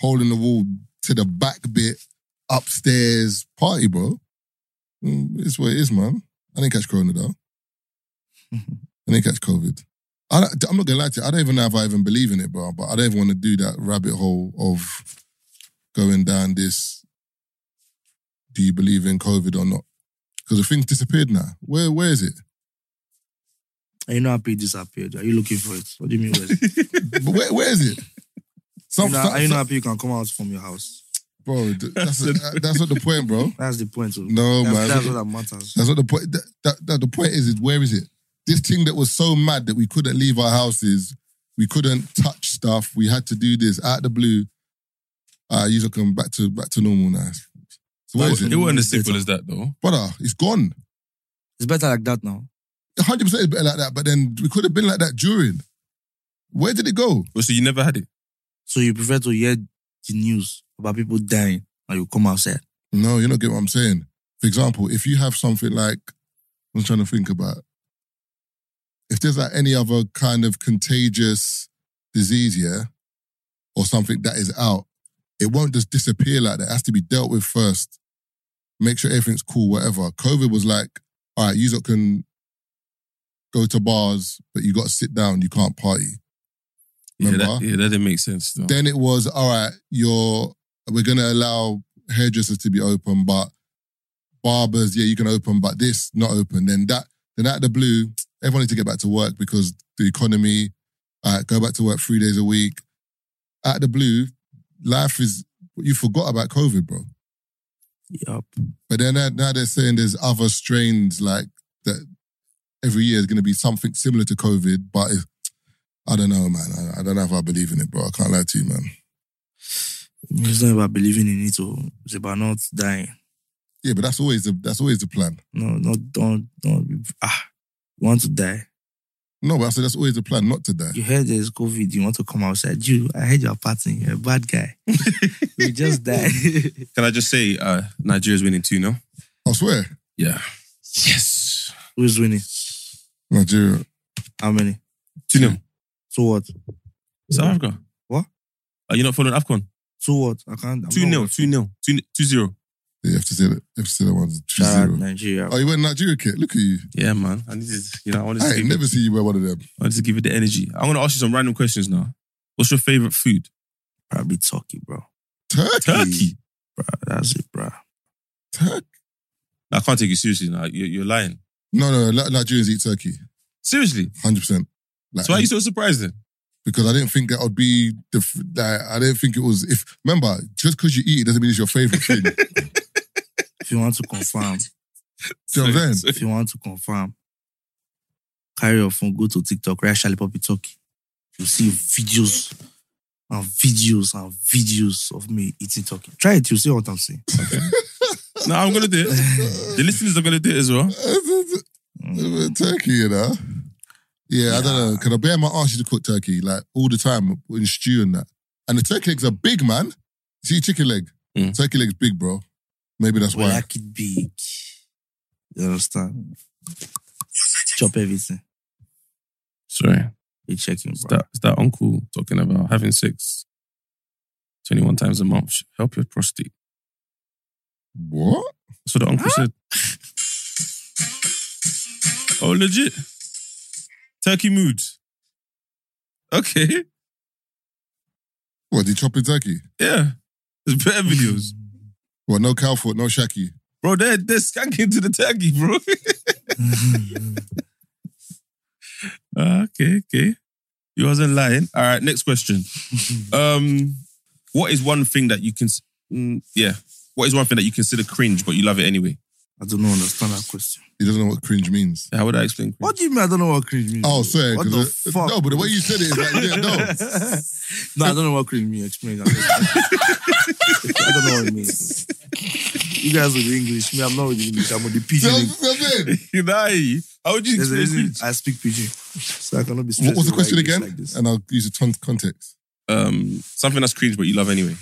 Speaker 1: hole in the wall to the back bit upstairs party, bro. Mm, It's what it is, man. I didn't catch Corona though. I didn't catch COVID. I, don't- I'm not gonna lie to you. I don't even know if I even believe in it, bro. But I don't even want to do that rabbit hole of going down this. Do you believe in COVID or not? Because the thing's disappeared now. Where where is it?
Speaker 5: Are you not happy it disappeared? Are you looking for it? What do you mean? Where is it?
Speaker 1: But where where is it?
Speaker 5: Are you
Speaker 1: Some,
Speaker 5: not-
Speaker 1: some,
Speaker 5: are you not
Speaker 1: some,
Speaker 5: happy you can come out from your house?
Speaker 1: bro. th- That's that's not the point, bro.
Speaker 5: That's the point. So
Speaker 1: No,
Speaker 5: that's,
Speaker 1: man.
Speaker 5: that's what that matters.
Speaker 1: That's not the point. That, that, that- the point is, is where is it? This thing that was so mad that we couldn't leave our houses, we couldn't touch stuff. We had to do this out the blue. Uh, you look come back to back to normal now. So where is
Speaker 4: It
Speaker 1: it,
Speaker 4: wasn't as simple as that though.
Speaker 1: brother? It's gone.
Speaker 5: It's better like that now.
Speaker 1: Hundred percent is better like that. But then we could have been like that during. Where did it go?
Speaker 4: Well, so you never had it.
Speaker 5: So you prefer to hear the news about people dying and you come outside.
Speaker 1: No, you're not getting what I'm saying. For example, if you have something like, I'm trying to think about, if there's like any other kind of contagious disease, yeah, or something that is out, it won't just disappear like that. It has to be dealt with first. Make sure everything's cool, whatever. COVID was like, all right, you lot can go to bars, but you got to sit down, you can't party.
Speaker 4: Yeah,
Speaker 1: Remember?
Speaker 4: that, yeah, that didn't make sense though.
Speaker 1: Then it was all right. You're we're gonna allow hairdressers to be open, but barbers, yeah, you can open, but this not open. Then that, then out of the blue, everyone needs to get back to work because the economy. Uh, go back to work three days a week. Out of the blue, life is you forgot about COVID, bro.
Speaker 5: Yep.
Speaker 1: But then now, now they're saying there's other strains like that. Every year is going to be something similar to COVID, but it, I don't know, man. I, I don't know if I believe in it, bro. I can't lie to you, man.
Speaker 5: It's not about believing in it or it's about not dying.
Speaker 1: Yeah, but that's always the that's always the plan.
Speaker 5: No, no, don't, don't. be- Ah, you want to die.
Speaker 1: No, but I said that's always the plan, not to die.
Speaker 5: You heard there's COVID, you want to come outside. You, I heard you're partying, you're a bad guy. you just died.
Speaker 4: Can I just say uh, Nigeria's winning 2 0?
Speaker 1: I swear,
Speaker 4: Yeah. Yes.
Speaker 5: Who's winning?
Speaker 1: Nigeria.
Speaker 5: How many?
Speaker 4: 2 0.
Speaker 5: So what?
Speaker 4: South Africa.
Speaker 5: What?
Speaker 4: Are you not following AFCON?
Speaker 5: So what? I can't. I'm
Speaker 4: 2
Speaker 5: not-
Speaker 4: 0, 2 0, 2 0.
Speaker 1: You have to say that. You have to say that one.
Speaker 5: Shout out
Speaker 1: Zero.
Speaker 5: Nigeria.
Speaker 1: Oh, you went Nigeria kit. Look at you.
Speaker 4: Yeah, man. I need to, you know, I
Speaker 1: I
Speaker 4: wanted to,
Speaker 1: ain't
Speaker 4: give, it,
Speaker 1: never see you wear one of them.
Speaker 4: I wanted to give it the energy. I'm going to ask you some random questions now. What's your favorite food?
Speaker 5: Probably Turkey, bro.
Speaker 1: Turkey.
Speaker 4: Turkey.
Speaker 5: Bro, that's it, bro.
Speaker 1: Turkey.
Speaker 4: I can't take you seriously now. You're, you're lying.
Speaker 1: No, no, Ni- Nigerians eat turkey.
Speaker 4: Seriously.
Speaker 1: Hundred percent. Like,
Speaker 4: So why are you so surprised then?
Speaker 1: because I didn't think that would be the. f- Like, I didn't think it was. If remember, just because you eat it doesn't mean it's your favorite thing.
Speaker 5: If you want to confirm,
Speaker 1: So then-
Speaker 5: if you want to confirm, carry your phone, go to TikTok, right? Charlie Poppy Turkey. You see videos and videos and videos of me eating turkey. Try it, you'll see what I'm saying.
Speaker 4: no, I'm going to do it. The listeners are going to do it as well.
Speaker 5: Mm.
Speaker 1: turkey, you know. Yeah, I don't know. Can I bear my ass to cook turkey like all the time in stew and that? And the turkey legs are big, man. See chicken leg.
Speaker 4: Mm.
Speaker 1: Turkey leg's big, bro. Maybe that's
Speaker 5: We
Speaker 1: why.
Speaker 5: like it big. You understand? Chop everything.
Speaker 4: Sorry.
Speaker 5: You checking,
Speaker 4: It's
Speaker 5: bro.
Speaker 4: that, it's that uncle talking about having sex 21 times a month. should Help your prostate.
Speaker 1: what?
Speaker 4: That's what the uncle said. Oh, legit. Turkey mood. Okay.
Speaker 1: What? Did chopping turkey?
Speaker 4: Yeah. There's better videos.
Speaker 1: What? No cow foot, no shaki.
Speaker 4: Bro, they're, they're skanking to the turkey, bro. Ah, okay, okay. You wasn't lying. All right, next question. Um, what is one thing that you can? Mm, yeah, what is one thing that you consider cringe but you love it anyway?
Speaker 5: I do not understand that question.
Speaker 1: He doesn't know what cringe means.
Speaker 4: How would I explain? Cringe?
Speaker 5: What do you mean I don't know what cringe means?
Speaker 1: Oh, sorry.
Speaker 5: What
Speaker 1: 'cause
Speaker 5: the
Speaker 1: it-
Speaker 5: fuck?
Speaker 1: No, but the way you said it is like, yeah, no.
Speaker 5: no, I don't know what cringe means. Explain that. I don't know what it means. You guys with the English. Me, I'm not with the English. I'm with the
Speaker 1: Tell
Speaker 5: pidgin.
Speaker 1: something.
Speaker 4: You lie. How would you
Speaker 5: There's a
Speaker 4: explain?
Speaker 5: reason
Speaker 4: Cringe?
Speaker 5: I speak pidgin. So I cannot be
Speaker 1: What was
Speaker 5: stressed
Speaker 1: the question
Speaker 5: like this,
Speaker 1: again?
Speaker 5: Like this.
Speaker 1: and I'll use a ton context.
Speaker 4: Um, something that's cringe but you love anyway.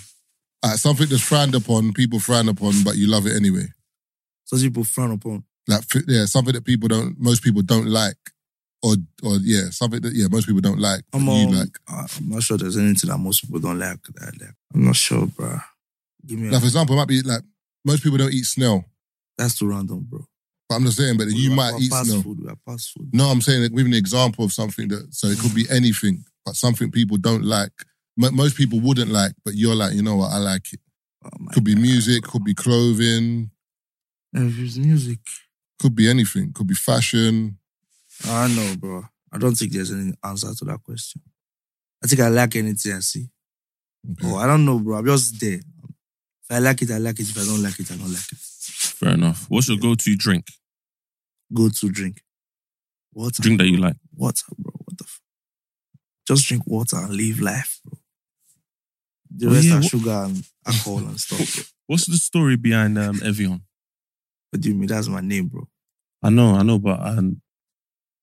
Speaker 1: Uh, something that's frowned upon, people frown upon, but you love it anyway.
Speaker 5: So people frown upon.
Speaker 1: like fi- yeah, something that people don't, most people don't like, or or yeah, something that yeah, most people don't like. but
Speaker 5: I'm,
Speaker 1: you
Speaker 5: um,
Speaker 1: like,
Speaker 5: uh, I'm not sure there's anything that most people don't like. That I like. I'm not sure, bro. Give me.
Speaker 1: like
Speaker 5: A,
Speaker 1: for example, it might be like most people don't eat snail,
Speaker 5: that's too random, bro.
Speaker 1: but I'm just saying, but you
Speaker 5: We are-
Speaker 1: might
Speaker 5: we are
Speaker 1: eat
Speaker 5: past
Speaker 1: snail.
Speaker 5: food. We are past food.
Speaker 1: No, I'm saying that giving an example of something that so it could be anything, but something people don't like. Mo- most people wouldn't like, but you're like, you know what, I like it.
Speaker 5: Oh my
Speaker 1: Could be
Speaker 5: God.
Speaker 1: music, could be clothing,
Speaker 5: If it's music.
Speaker 1: could be anything, could be fashion.
Speaker 5: I know, bro. I don't think there's any answer to that question. I think I like anything I see.
Speaker 1: Okay.
Speaker 5: Oh, I don't know, bro. I'm just there. If I like it, I like it. If I don't like it, I don't like it.
Speaker 4: Fair enough. What's your go-to drink?
Speaker 5: Go to drink. Water.
Speaker 4: Drink that you like.
Speaker 5: Water, bro. What the f- Just drink water and live life, bro. The
Speaker 4: Oh,
Speaker 5: rest
Speaker 4: yeah,
Speaker 5: are
Speaker 4: what-
Speaker 5: sugar and alcohol and stuff. Bro.
Speaker 4: What's the story behind um, Evian?
Speaker 5: What do you mean? That's my name, bro.
Speaker 4: I know, I know, but um,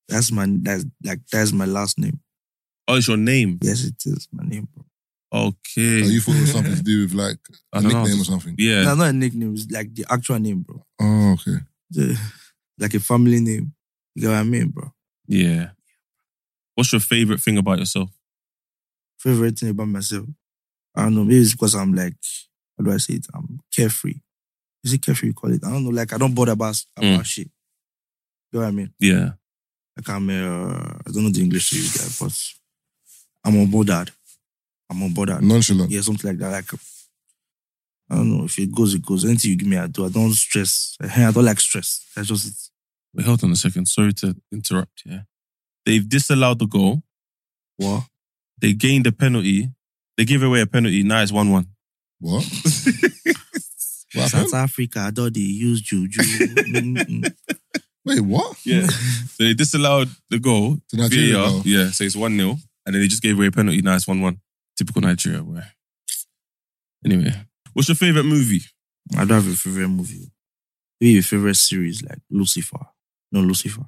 Speaker 5: That's my that's like that's my last name.
Speaker 4: oh, it's your name.
Speaker 5: Yes, it is my name, bro.
Speaker 4: Okay.
Speaker 1: Oh, you thought it was something to do with like
Speaker 4: I
Speaker 1: a
Speaker 4: don't know.
Speaker 1: nickname or something.
Speaker 4: Yeah.
Speaker 5: No, not a nickname. It's like the actual name, bro.
Speaker 1: Oh, okay.
Speaker 5: The, like a family name. You get what I mean, bro?
Speaker 4: Yeah. What's your favorite thing about yourself?
Speaker 5: Favorite thing about myself. I don't know. Maybe it's because I'm like, how do I say it? I'm carefree. Is it carefree you call it? I don't know. Like I don't bother about about shit. You know what I mean?
Speaker 4: Yeah.
Speaker 5: Like I'm, uh, I don't know the English to you guys, but I'm unbothered. I'm unbothered.
Speaker 1: Nonchalant.
Speaker 5: Yeah, something like that. Like, I don't know. If it goes, it goes. Anything you give me, I do. I don't stress. I don't like stress. That's just it.
Speaker 4: Wait, hold on a second. Sorry to interrupt. Yeah. They've disallowed the goal.
Speaker 5: What?
Speaker 4: They gained a penalty. They gave away a penalty. Now it's 1 1.
Speaker 1: What? what
Speaker 5: South
Speaker 1: happened?
Speaker 5: Africa, I thought they used juju. Mm-mm.
Speaker 1: Wait, what?
Speaker 4: Yeah. so they disallowed the goal.
Speaker 1: To Nigeria,
Speaker 4: VAR,
Speaker 1: though.
Speaker 4: Yeah. So it's 1 0. And then they just gave away a penalty. Now it's 1 1. Typical Nigeria. Where... Anyway. What's your favorite movie?
Speaker 5: I don't have a favorite movie. Maybe your favorite series, like Lucifer. No, Lucifer.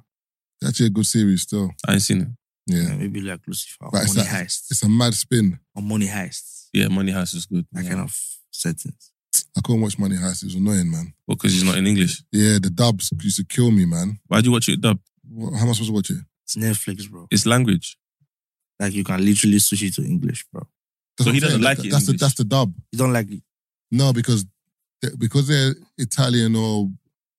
Speaker 1: Actually, a good series still.
Speaker 4: I ain't seen it.
Speaker 1: Yeah.
Speaker 5: Yeah, maybe like Lucifer. Or
Speaker 1: But it's
Speaker 5: Money
Speaker 1: like-
Speaker 5: Heist.
Speaker 1: It's a mad spin.
Speaker 5: Or Money Heist.
Speaker 4: Yeah, Money House is good.
Speaker 5: That kind of settings.
Speaker 1: I couldn't watch Money Heist. It was annoying, man.
Speaker 4: because it's not in English.
Speaker 1: Yeah, the dubs used to kill me, man.
Speaker 4: Why do you watch it dubbed?
Speaker 1: What, how am I supposed to watch it?
Speaker 5: It's Netflix, bro.
Speaker 4: It's language.
Speaker 5: Like you can literally switch it to English, bro.
Speaker 1: That's
Speaker 4: So
Speaker 1: what
Speaker 4: he
Speaker 1: I'm saying.
Speaker 4: doesn't like
Speaker 1: That-
Speaker 4: it
Speaker 1: That's the
Speaker 4: in
Speaker 1: that's the dub.
Speaker 5: You don't like it.
Speaker 1: No, because they, because they're Italian or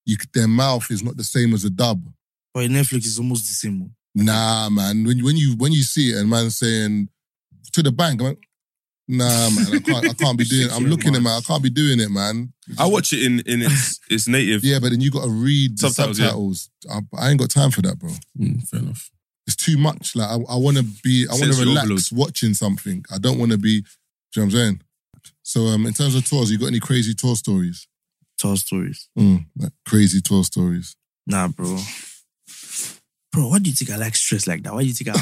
Speaker 1: you, c- their mouth is not the same as a dub.
Speaker 5: But in Netflix it's almost the same oh. one.
Speaker 1: Nah, man. When you- when you when you see it and man saying to the bank, man. Nah, man. I can't. I can't be doing. I'm looking at man. I can't be doing it, man.
Speaker 4: I watch it in, in its, its native.
Speaker 1: Yeah, but then you got to read the
Speaker 4: Subtitles,
Speaker 1: subtitles.
Speaker 4: yeah.
Speaker 1: I, I ain't got time for that, bro.
Speaker 4: Mm, fair enough.
Speaker 1: It's too much. Like I, I want to be. I want to
Speaker 4: Sensory
Speaker 1: relax
Speaker 4: overload.
Speaker 1: watching something. I don't want to be. Do you know what I'm saying? So, um, in terms of tours, you got any crazy tour stories?
Speaker 5: Tall stories.
Speaker 1: Mm, like crazy tour stories.
Speaker 5: Nah, bro. Bro, why do you think I like stress like that? Why do you think I?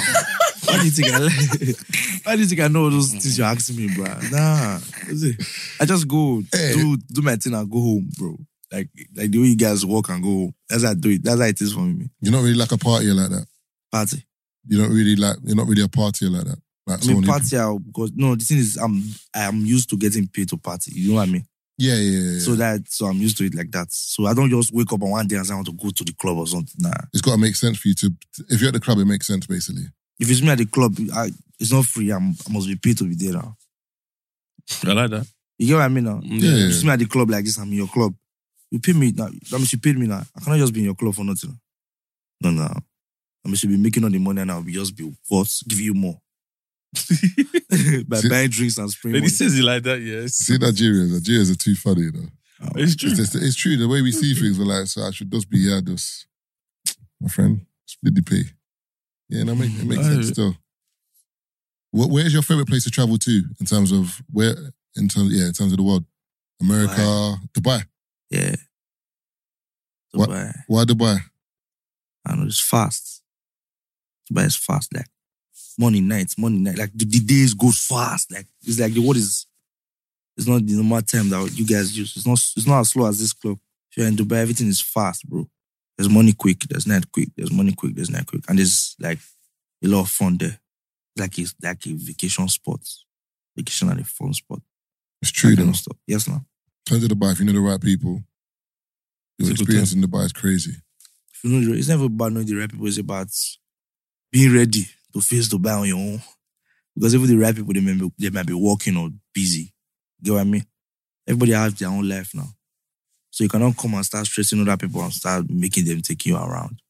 Speaker 5: why do you think I? Like, why do you think I know all those things you're asking me, bro? Nah, Is it- I just go
Speaker 1: Hey.
Speaker 5: do do my thing and go home, bro. Like like the way you guys walk and go home. That's how I do it. That's how it is for me.
Speaker 1: You're not really like a partier like that.
Speaker 5: Party.
Speaker 1: You don't really like. You're not really a partier like that. Like
Speaker 5: I mean,
Speaker 1: someone who-
Speaker 5: party. I'll go, no, the thing is, I'm I'm used to getting paid to party. You know what I mean?
Speaker 1: Yeah, yeah, yeah. yeah.
Speaker 5: So that so I'm used to it like that. So I don't just wake up on one day and say I want to go to the club or something. Nah.
Speaker 1: it's got to make sense for you to. If you're at the club, it makes sense basically.
Speaker 5: If it's me at the club, I, it's not free. I'm, I must be paid to be there now.
Speaker 4: I like that.
Speaker 5: You get what I mean now?
Speaker 4: Yeah.
Speaker 5: You see me at the club like this, I'm in your club. You pay me now. That means you paid me now. I cannot just be in your club for nothing. No, no. I mean, should be making all the money and I'll be just be what? Give you more. By
Speaker 1: See-
Speaker 5: buying drinks and spraying.
Speaker 4: When
Speaker 5: money.
Speaker 4: he says it like that, yes.
Speaker 1: See Nigerians. Nigerians are too funny, you know.
Speaker 4: It's true.
Speaker 1: It's, just, it's true. The way we see things, we're like, so I should just be here, just my friend, split the pay. Yeah, that make, it makes
Speaker 4: Aye.
Speaker 1: sense still. Where, where's your favorite place to travel to in terms of where? In terms, yeah, in terms of the world, America, Dubai.
Speaker 5: Yeah. So
Speaker 1: What?
Speaker 5: buy-
Speaker 1: Why Dubai?
Speaker 5: I know it's fast. But it's fast, like morning, night, morning, night. Like the, the days go fast. Like it's like the world is it's not the normal time that you guys use. It's not it's not as slow as this club. If you're in Dubai, everything is fast, bro. There's money quick, there's night quick, there's money quick, there's night quick. And there's like a lot of fun there. Like it's like a vacation spot. Vacation and a fun spot.
Speaker 1: It's
Speaker 5: That
Speaker 1: true
Speaker 5: kind
Speaker 1: though.
Speaker 5: of stuff. Yes, now.
Speaker 1: In terms of Dubai, if you know the right people, your
Speaker 4: It's a good
Speaker 1: experience in Dubai is crazy.
Speaker 5: If you know, it's never about knowing the right people. It's about being ready to face the buy on your own. Because even the right people, they may be, they might be working or busy. Get what I mean? Everybody has their own life now. So you cannot come and start stressing other people and start making them take you around.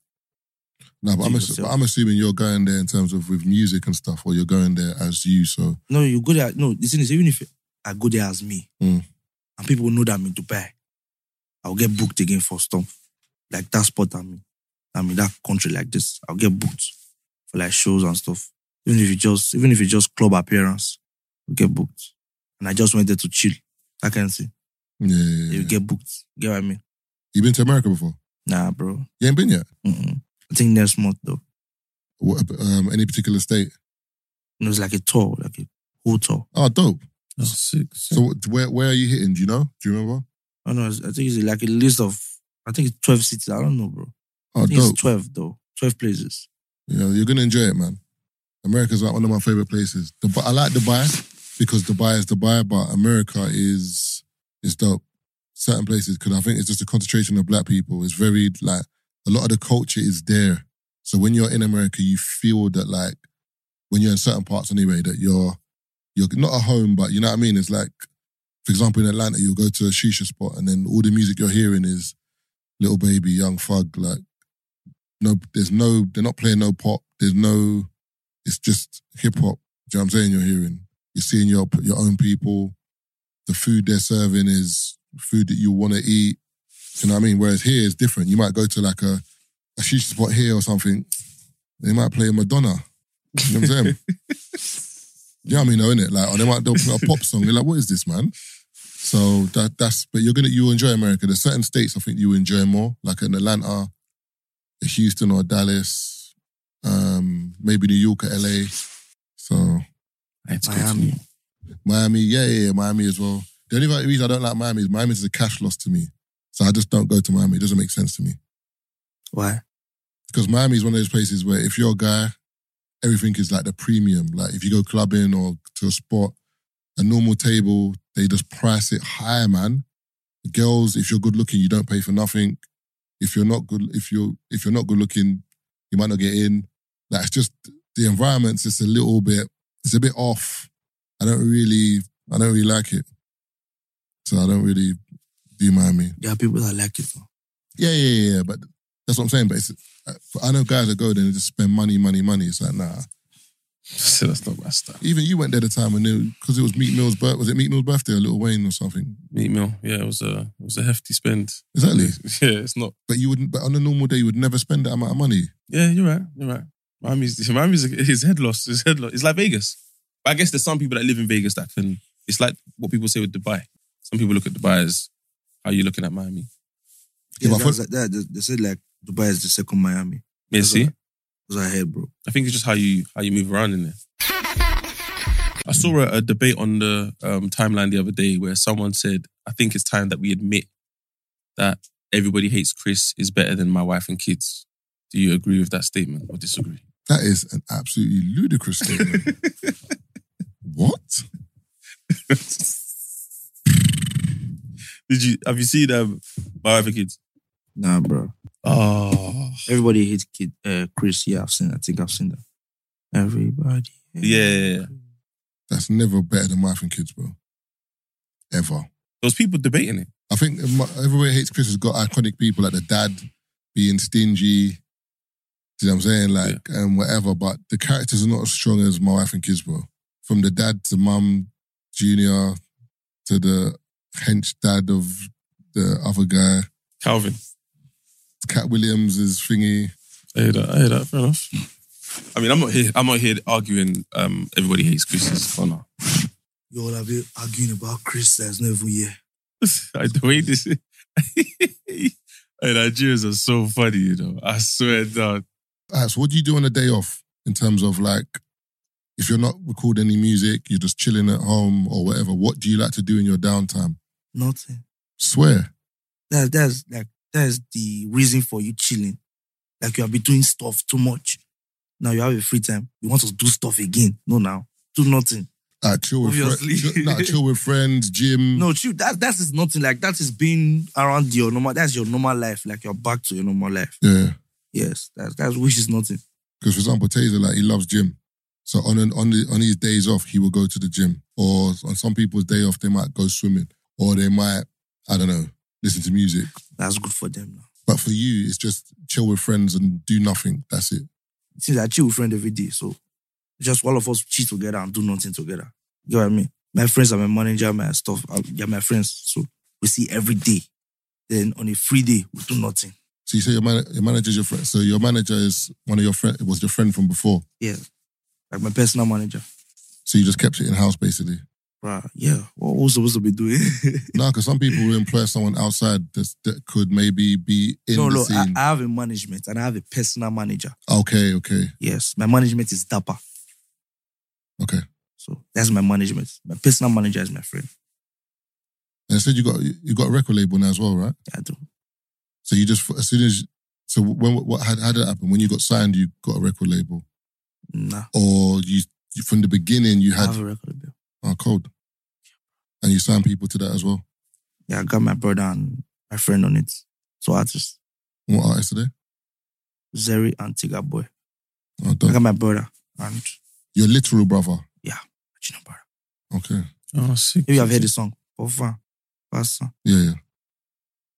Speaker 1: No, but I'm,
Speaker 5: Take
Speaker 1: assu-
Speaker 5: yourself.
Speaker 1: but I'm assuming you're going there in terms of with music and stuff, or you're going there as you. So
Speaker 5: No, you go there. No, the thing is, even if I go there as me
Speaker 1: Mm.
Speaker 5: and people know that I'm in Dubai, I'll get booked again for stuff. Like that spot I'm in. I'm in that country like this. I'll get booked for like shows and stuff. Even if you just even if it's just club appearance, I'll get booked. And I just went there to chill. That kind of thing.
Speaker 1: Yeah, yeah,
Speaker 5: They
Speaker 1: yeah.
Speaker 5: will get booked. Get what I mean?
Speaker 1: You been to America before?
Speaker 5: Nah, bro.
Speaker 1: You ain't been yet.
Speaker 5: Mm-mm. I think next month though.
Speaker 1: What, um, any particular state?
Speaker 5: It was like a tour, like a whole tour.
Speaker 1: Oh, dope.
Speaker 4: That's sick.
Speaker 1: So what- where where are you hitting? Do you know? Do you remember?
Speaker 5: I don't know. I think it's like a list of. I think it's twelve cities. I don't know, bro.
Speaker 1: Oh,
Speaker 5: I think
Speaker 1: dope.
Speaker 5: it's twelve though. Twelve places.
Speaker 1: Yeah, you're gonna enjoy it, man. America's like one of my favorite places. Dubai, I like Dubai because Dubai is Dubai, but America is is dope. Certain places, because I think it's just a concentration of black people. It's very like a lot of the culture is there. So when you're in America, you feel that like when you're in certain parts anyway, that you're you're not at home, but you know what I mean. It's like, for example, in Atlanta, you'll go to a shisha spot, and then all the music you're hearing is Little Baby, Young Thug, like no, there's no, they're not playing no pop. There's no, it's just hip hop. Do you know what I'm saying? You're hearing, you're seeing your your own people. The food they're serving is food that you want to eat. Do You know what I mean? Whereas here it's different. You might go to like a a shisha spot here or something. They might play Madonna. You know what I'm saying? you know what I mean, though, innit? Like, or they might they'll play a pop song. You're like, what is this, man? So that that's but you're gonna you enjoy America. There's certain states I think you enjoy more, like in Atlanta. Houston or Dallas, um, maybe New York or LA. So
Speaker 4: It's
Speaker 5: Miami.
Speaker 1: Miami, yeah, yeah, yeah, Miami as well. The only reason I don't like Miami is Miami is a cash loss to me. So I just don't go to Miami. It doesn't make sense to me.
Speaker 5: Why?
Speaker 1: Because Miami is one of those places where if you're a guy, everything is like the premium. Like if you go clubbing or to a spot, a normal table, they just price it higher, man. Girls, if you're good looking, you don't pay for nothing. If you're not good, if you're if you're not good looking, you might not get in. Like it's just the environment's just a little bit, it's a bit off. I don't really, I don't really like it. So I don't really do Miami.
Speaker 5: There are people that like it. Though.
Speaker 1: Yeah, yeah, yeah. yeah, But that's what I'm saying. But it's, uh, I know guys that go there and just spend money, money, money. It's like nah.
Speaker 4: So that's not my stuff.
Speaker 1: Even you went there the time when because it was Meat Mill's birth. Was it Meat Mill's birthday or Little Wayne or something?
Speaker 4: Meat meal. Yeah, it was a it was a hefty spend.
Speaker 1: Exactly.
Speaker 4: Yeah, it's not.
Speaker 1: But you wouldn't. But on a normal day, you would never spend that amount of money.
Speaker 4: Yeah, you're right. You're right. Miami's Miami's his head loss. His head loss. It's like Vegas. But I guess there's some people that live in Vegas that can. It's like what people say with Dubai. Some people look at Dubai as how you looking at Miami.
Speaker 1: Yeah,
Speaker 5: Yeah,
Speaker 1: but
Speaker 5: that's like that. They, they said like Dubai is the second Miami.
Speaker 4: Yeah, see,
Speaker 5: Because I heard, bro.
Speaker 4: I think it's just how you how you move around in there. I saw a, a debate on the um, timeline the other day where someone said, "I think it's time that we admit that everybody hates Chris is better than my wife and kids." Do you agree with that statement or disagree?
Speaker 1: That is an absolutely ludicrous statement. what?
Speaker 4: Did you have you seen um, my wife and kids?
Speaker 5: Nah, bro.
Speaker 4: Oh,
Speaker 5: Everybody hates kid. Uh, Chris. Yeah, I've seen. That. I think I've seen that. Everybody. hates
Speaker 4: Yeah.
Speaker 5: Chris.
Speaker 1: That's never better than wife and kids, bro. Ever.
Speaker 4: there was people debating it.
Speaker 1: I think my- everywhere hates Chris has got iconic people like the dad being stingy. Do you know what I'm saying? Like and whatever. But the characters are not as strong as my wife and kids were. From the dad to mum, junior to the hench dad of the other guy.
Speaker 4: Calvin.
Speaker 1: Cat Williams is thingy.
Speaker 4: I hear that. I hear that. Fair enough. I mean, I'm not here. I'm not here arguing. Um, everybody hates Chris's corner.
Speaker 5: You all have been arguing about Chris that's not even here.
Speaker 4: Like, the way this. hey, Nigerians are so funny, you know. I swear down.
Speaker 1: All right, so what do you do on a day off in terms of like if you're not recording any music, you're just chilling at home or whatever, what do you like to do in your downtime?
Speaker 5: Nothing.
Speaker 1: Swear.
Speaker 5: That, that's like that's the reason for you chilling. Like you have been doing stuff too much. Now you have a free time. You want to do stuff again. No, now do nothing.
Speaker 1: Uh, chill with
Speaker 5: Obviously.
Speaker 1: friends. Chill, nah, chill with friends, gym.
Speaker 5: No, true. That that is nothing. Like that is being around your normal. That's your normal life. Like you're back to your normal life.
Speaker 1: Yeah.
Speaker 5: Yes, that's that's which is nothing.
Speaker 1: Because for example, Taser, like he loves gym. So on an, on the, on his days off, he will go to the gym. Or on some people's day off, they might go swimming. Or they might, I don't know, listen to music.
Speaker 5: That's good for them now.
Speaker 1: But for you, it's just chill with friends and do nothing. That's it.
Speaker 5: Since I chill with friend every day, so just all of us chill together and do nothing together. You know what I mean? My friends are my manager, my stuff. uh, They're my friends, so we see every day. Then on a free day, we do nothing.
Speaker 1: So you say your, man- your manager's your friend. So your manager is one of your friend. Was your friend from before.
Speaker 5: Yeah, like my personal manager.
Speaker 1: So you just kept it in house basically.
Speaker 5: Right. Yeah. What was supposed to be doing?
Speaker 1: No, because some people will employ someone outside that's, that could maybe be in
Speaker 5: no,
Speaker 1: the
Speaker 5: look, I,
Speaker 1: scene.
Speaker 5: I have a management and I have a personal manager.
Speaker 1: okay, okay,
Speaker 5: Yes. My management is Dapper.
Speaker 1: okay.
Speaker 5: So that's my management. My personal manager is my friend.
Speaker 1: And I said you got you got a record label now as well, right?
Speaker 5: I do.
Speaker 1: So you just as soon as so when what how, how did that happen? When you got signed, you got a record label,
Speaker 5: Nah.
Speaker 1: or you, you from the beginning you
Speaker 5: I
Speaker 1: had
Speaker 5: have a record deal.
Speaker 1: oh, cold, and you signed people to that as well.
Speaker 5: Yeah, I got my brother and my friend on it. So artists.
Speaker 1: What artists today?
Speaker 5: Zeri and Tigger Boy.
Speaker 1: Oh,
Speaker 5: I got
Speaker 1: dope.
Speaker 5: my brother and
Speaker 1: Your literal brother.
Speaker 5: Chino brother.
Speaker 1: Okay,
Speaker 4: Oh, sick.
Speaker 5: Maybe I've heard the song. Pofan. Past song.
Speaker 1: yeah, yeah.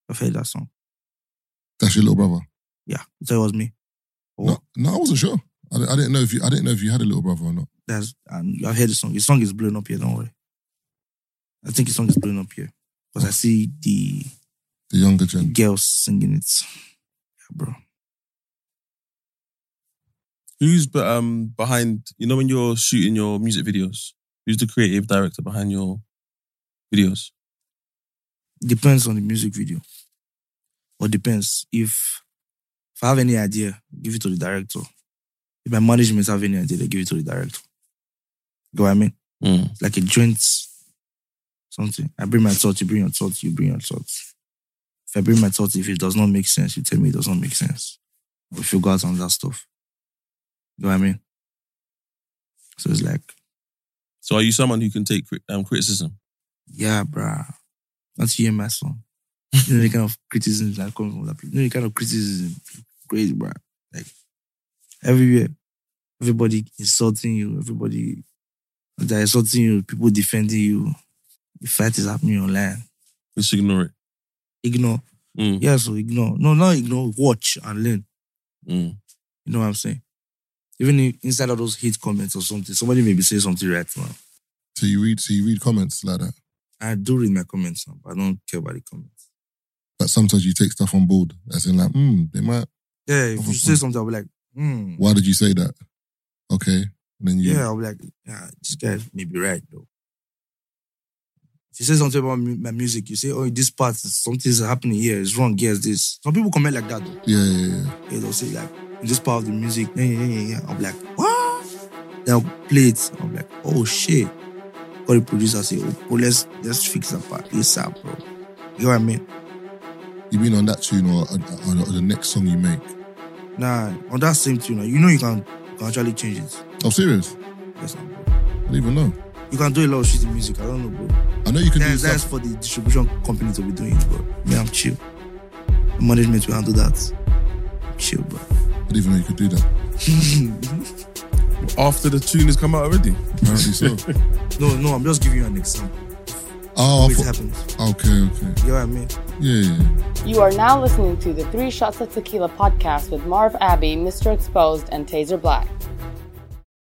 Speaker 5: I've heard that song.
Speaker 1: That's your little brother.
Speaker 5: Yeah. So it was me. Oh,
Speaker 1: No, no, I wasn't sure. I, di- I didn't know if you I didn't know if you had a little brother or not.
Speaker 5: That's and I've heard the song. The song is blowing up here, don't worry. I think the song is blowing up here. Because I see the
Speaker 1: The younger gen.
Speaker 5: girls singing it. Yeah, bro.
Speaker 4: Who's but um behind? You know when you're shooting your music videos, who's the creative director behind your videos?
Speaker 5: Depends on the music video. Or depends if if I have any idea, give it to the director. If my management have any idea, they give it to the director. Go what I mean?
Speaker 4: Mm.
Speaker 5: Like a joint something. I bring my thoughts, you bring your thoughts, you bring your thoughts. If I bring my thoughts, if it does not make sense, you tell me it does not make sense. We figure out on that stuff. You know what I mean? So it's like,
Speaker 4: So are you someone who can take cri- um, criticism?
Speaker 5: yeah, bruh. Not you hear my song. You know the kind of criticism that comes from that people. You know the kind of criticism. Crazy, bruh. Like everywhere. Everybody insulting you, everybody they're insulting you, people defending you. The fight is happening online.
Speaker 4: Just ignore it.
Speaker 5: Ignore.
Speaker 4: Mm.
Speaker 5: Yeah, so ignore. No, not ignore. Watch and learn.
Speaker 4: Mm.
Speaker 5: You know what I'm saying? Even i- inside of those hate comments or something, somebody may be saying something right now.
Speaker 1: So you read so you read comments like that.
Speaker 5: I do read my comments now, but I don't care about the comments.
Speaker 1: But sometimes you take stuff on board, as in like, hmm, they might.
Speaker 5: Yeah, if you say something, I'll be like, hmm.
Speaker 1: Why did you say that? Okay, and then you.
Speaker 5: Yeah, I'll be like, yeah, this guy may be right though. If you say something about mu- my music, you say, oh, this part, something's happening here, it's wrong, here's this. Some people comment like that though.
Speaker 1: Yeah, yeah, yeah.
Speaker 5: Yeah, they'll say like in this part of the music, yeah, yeah, yeah, yeah. I'm like, what? They'll play it. I'm like, oh shit. Call the producer, say, oh, bro, let's let's fix that part. This up, bro. You know what I mean?
Speaker 1: You mean on that tune or, or, or the next song you make?
Speaker 5: Nah, on that same tune, you know you can, you can actually change it.
Speaker 1: I'm Oh, serious.
Speaker 5: Yes, nah, bro.
Speaker 1: I don't even know.
Speaker 5: You can do a lot of shit in music. I don't know, bro.
Speaker 1: I know you can do
Speaker 5: That's, that's
Speaker 1: stuff.
Speaker 5: for the distribution company to be doing it, bro. Me, I'm chill. The management will handle that. Chill, bro.
Speaker 1: I didn't even know you could do that.
Speaker 4: After the tune has come out already.
Speaker 1: Apparently so.
Speaker 5: No, no, I'm just giving you an example.
Speaker 1: oh, I
Speaker 5: It
Speaker 1: thought,
Speaker 5: happens.
Speaker 1: okay, okay.
Speaker 5: You know what I mean?
Speaker 1: Yeah, yeah, yeah.
Speaker 7: You are now listening to the Three Shots of Tequila podcast with Marv Abbey, Mr. Exposed, and Taser Black.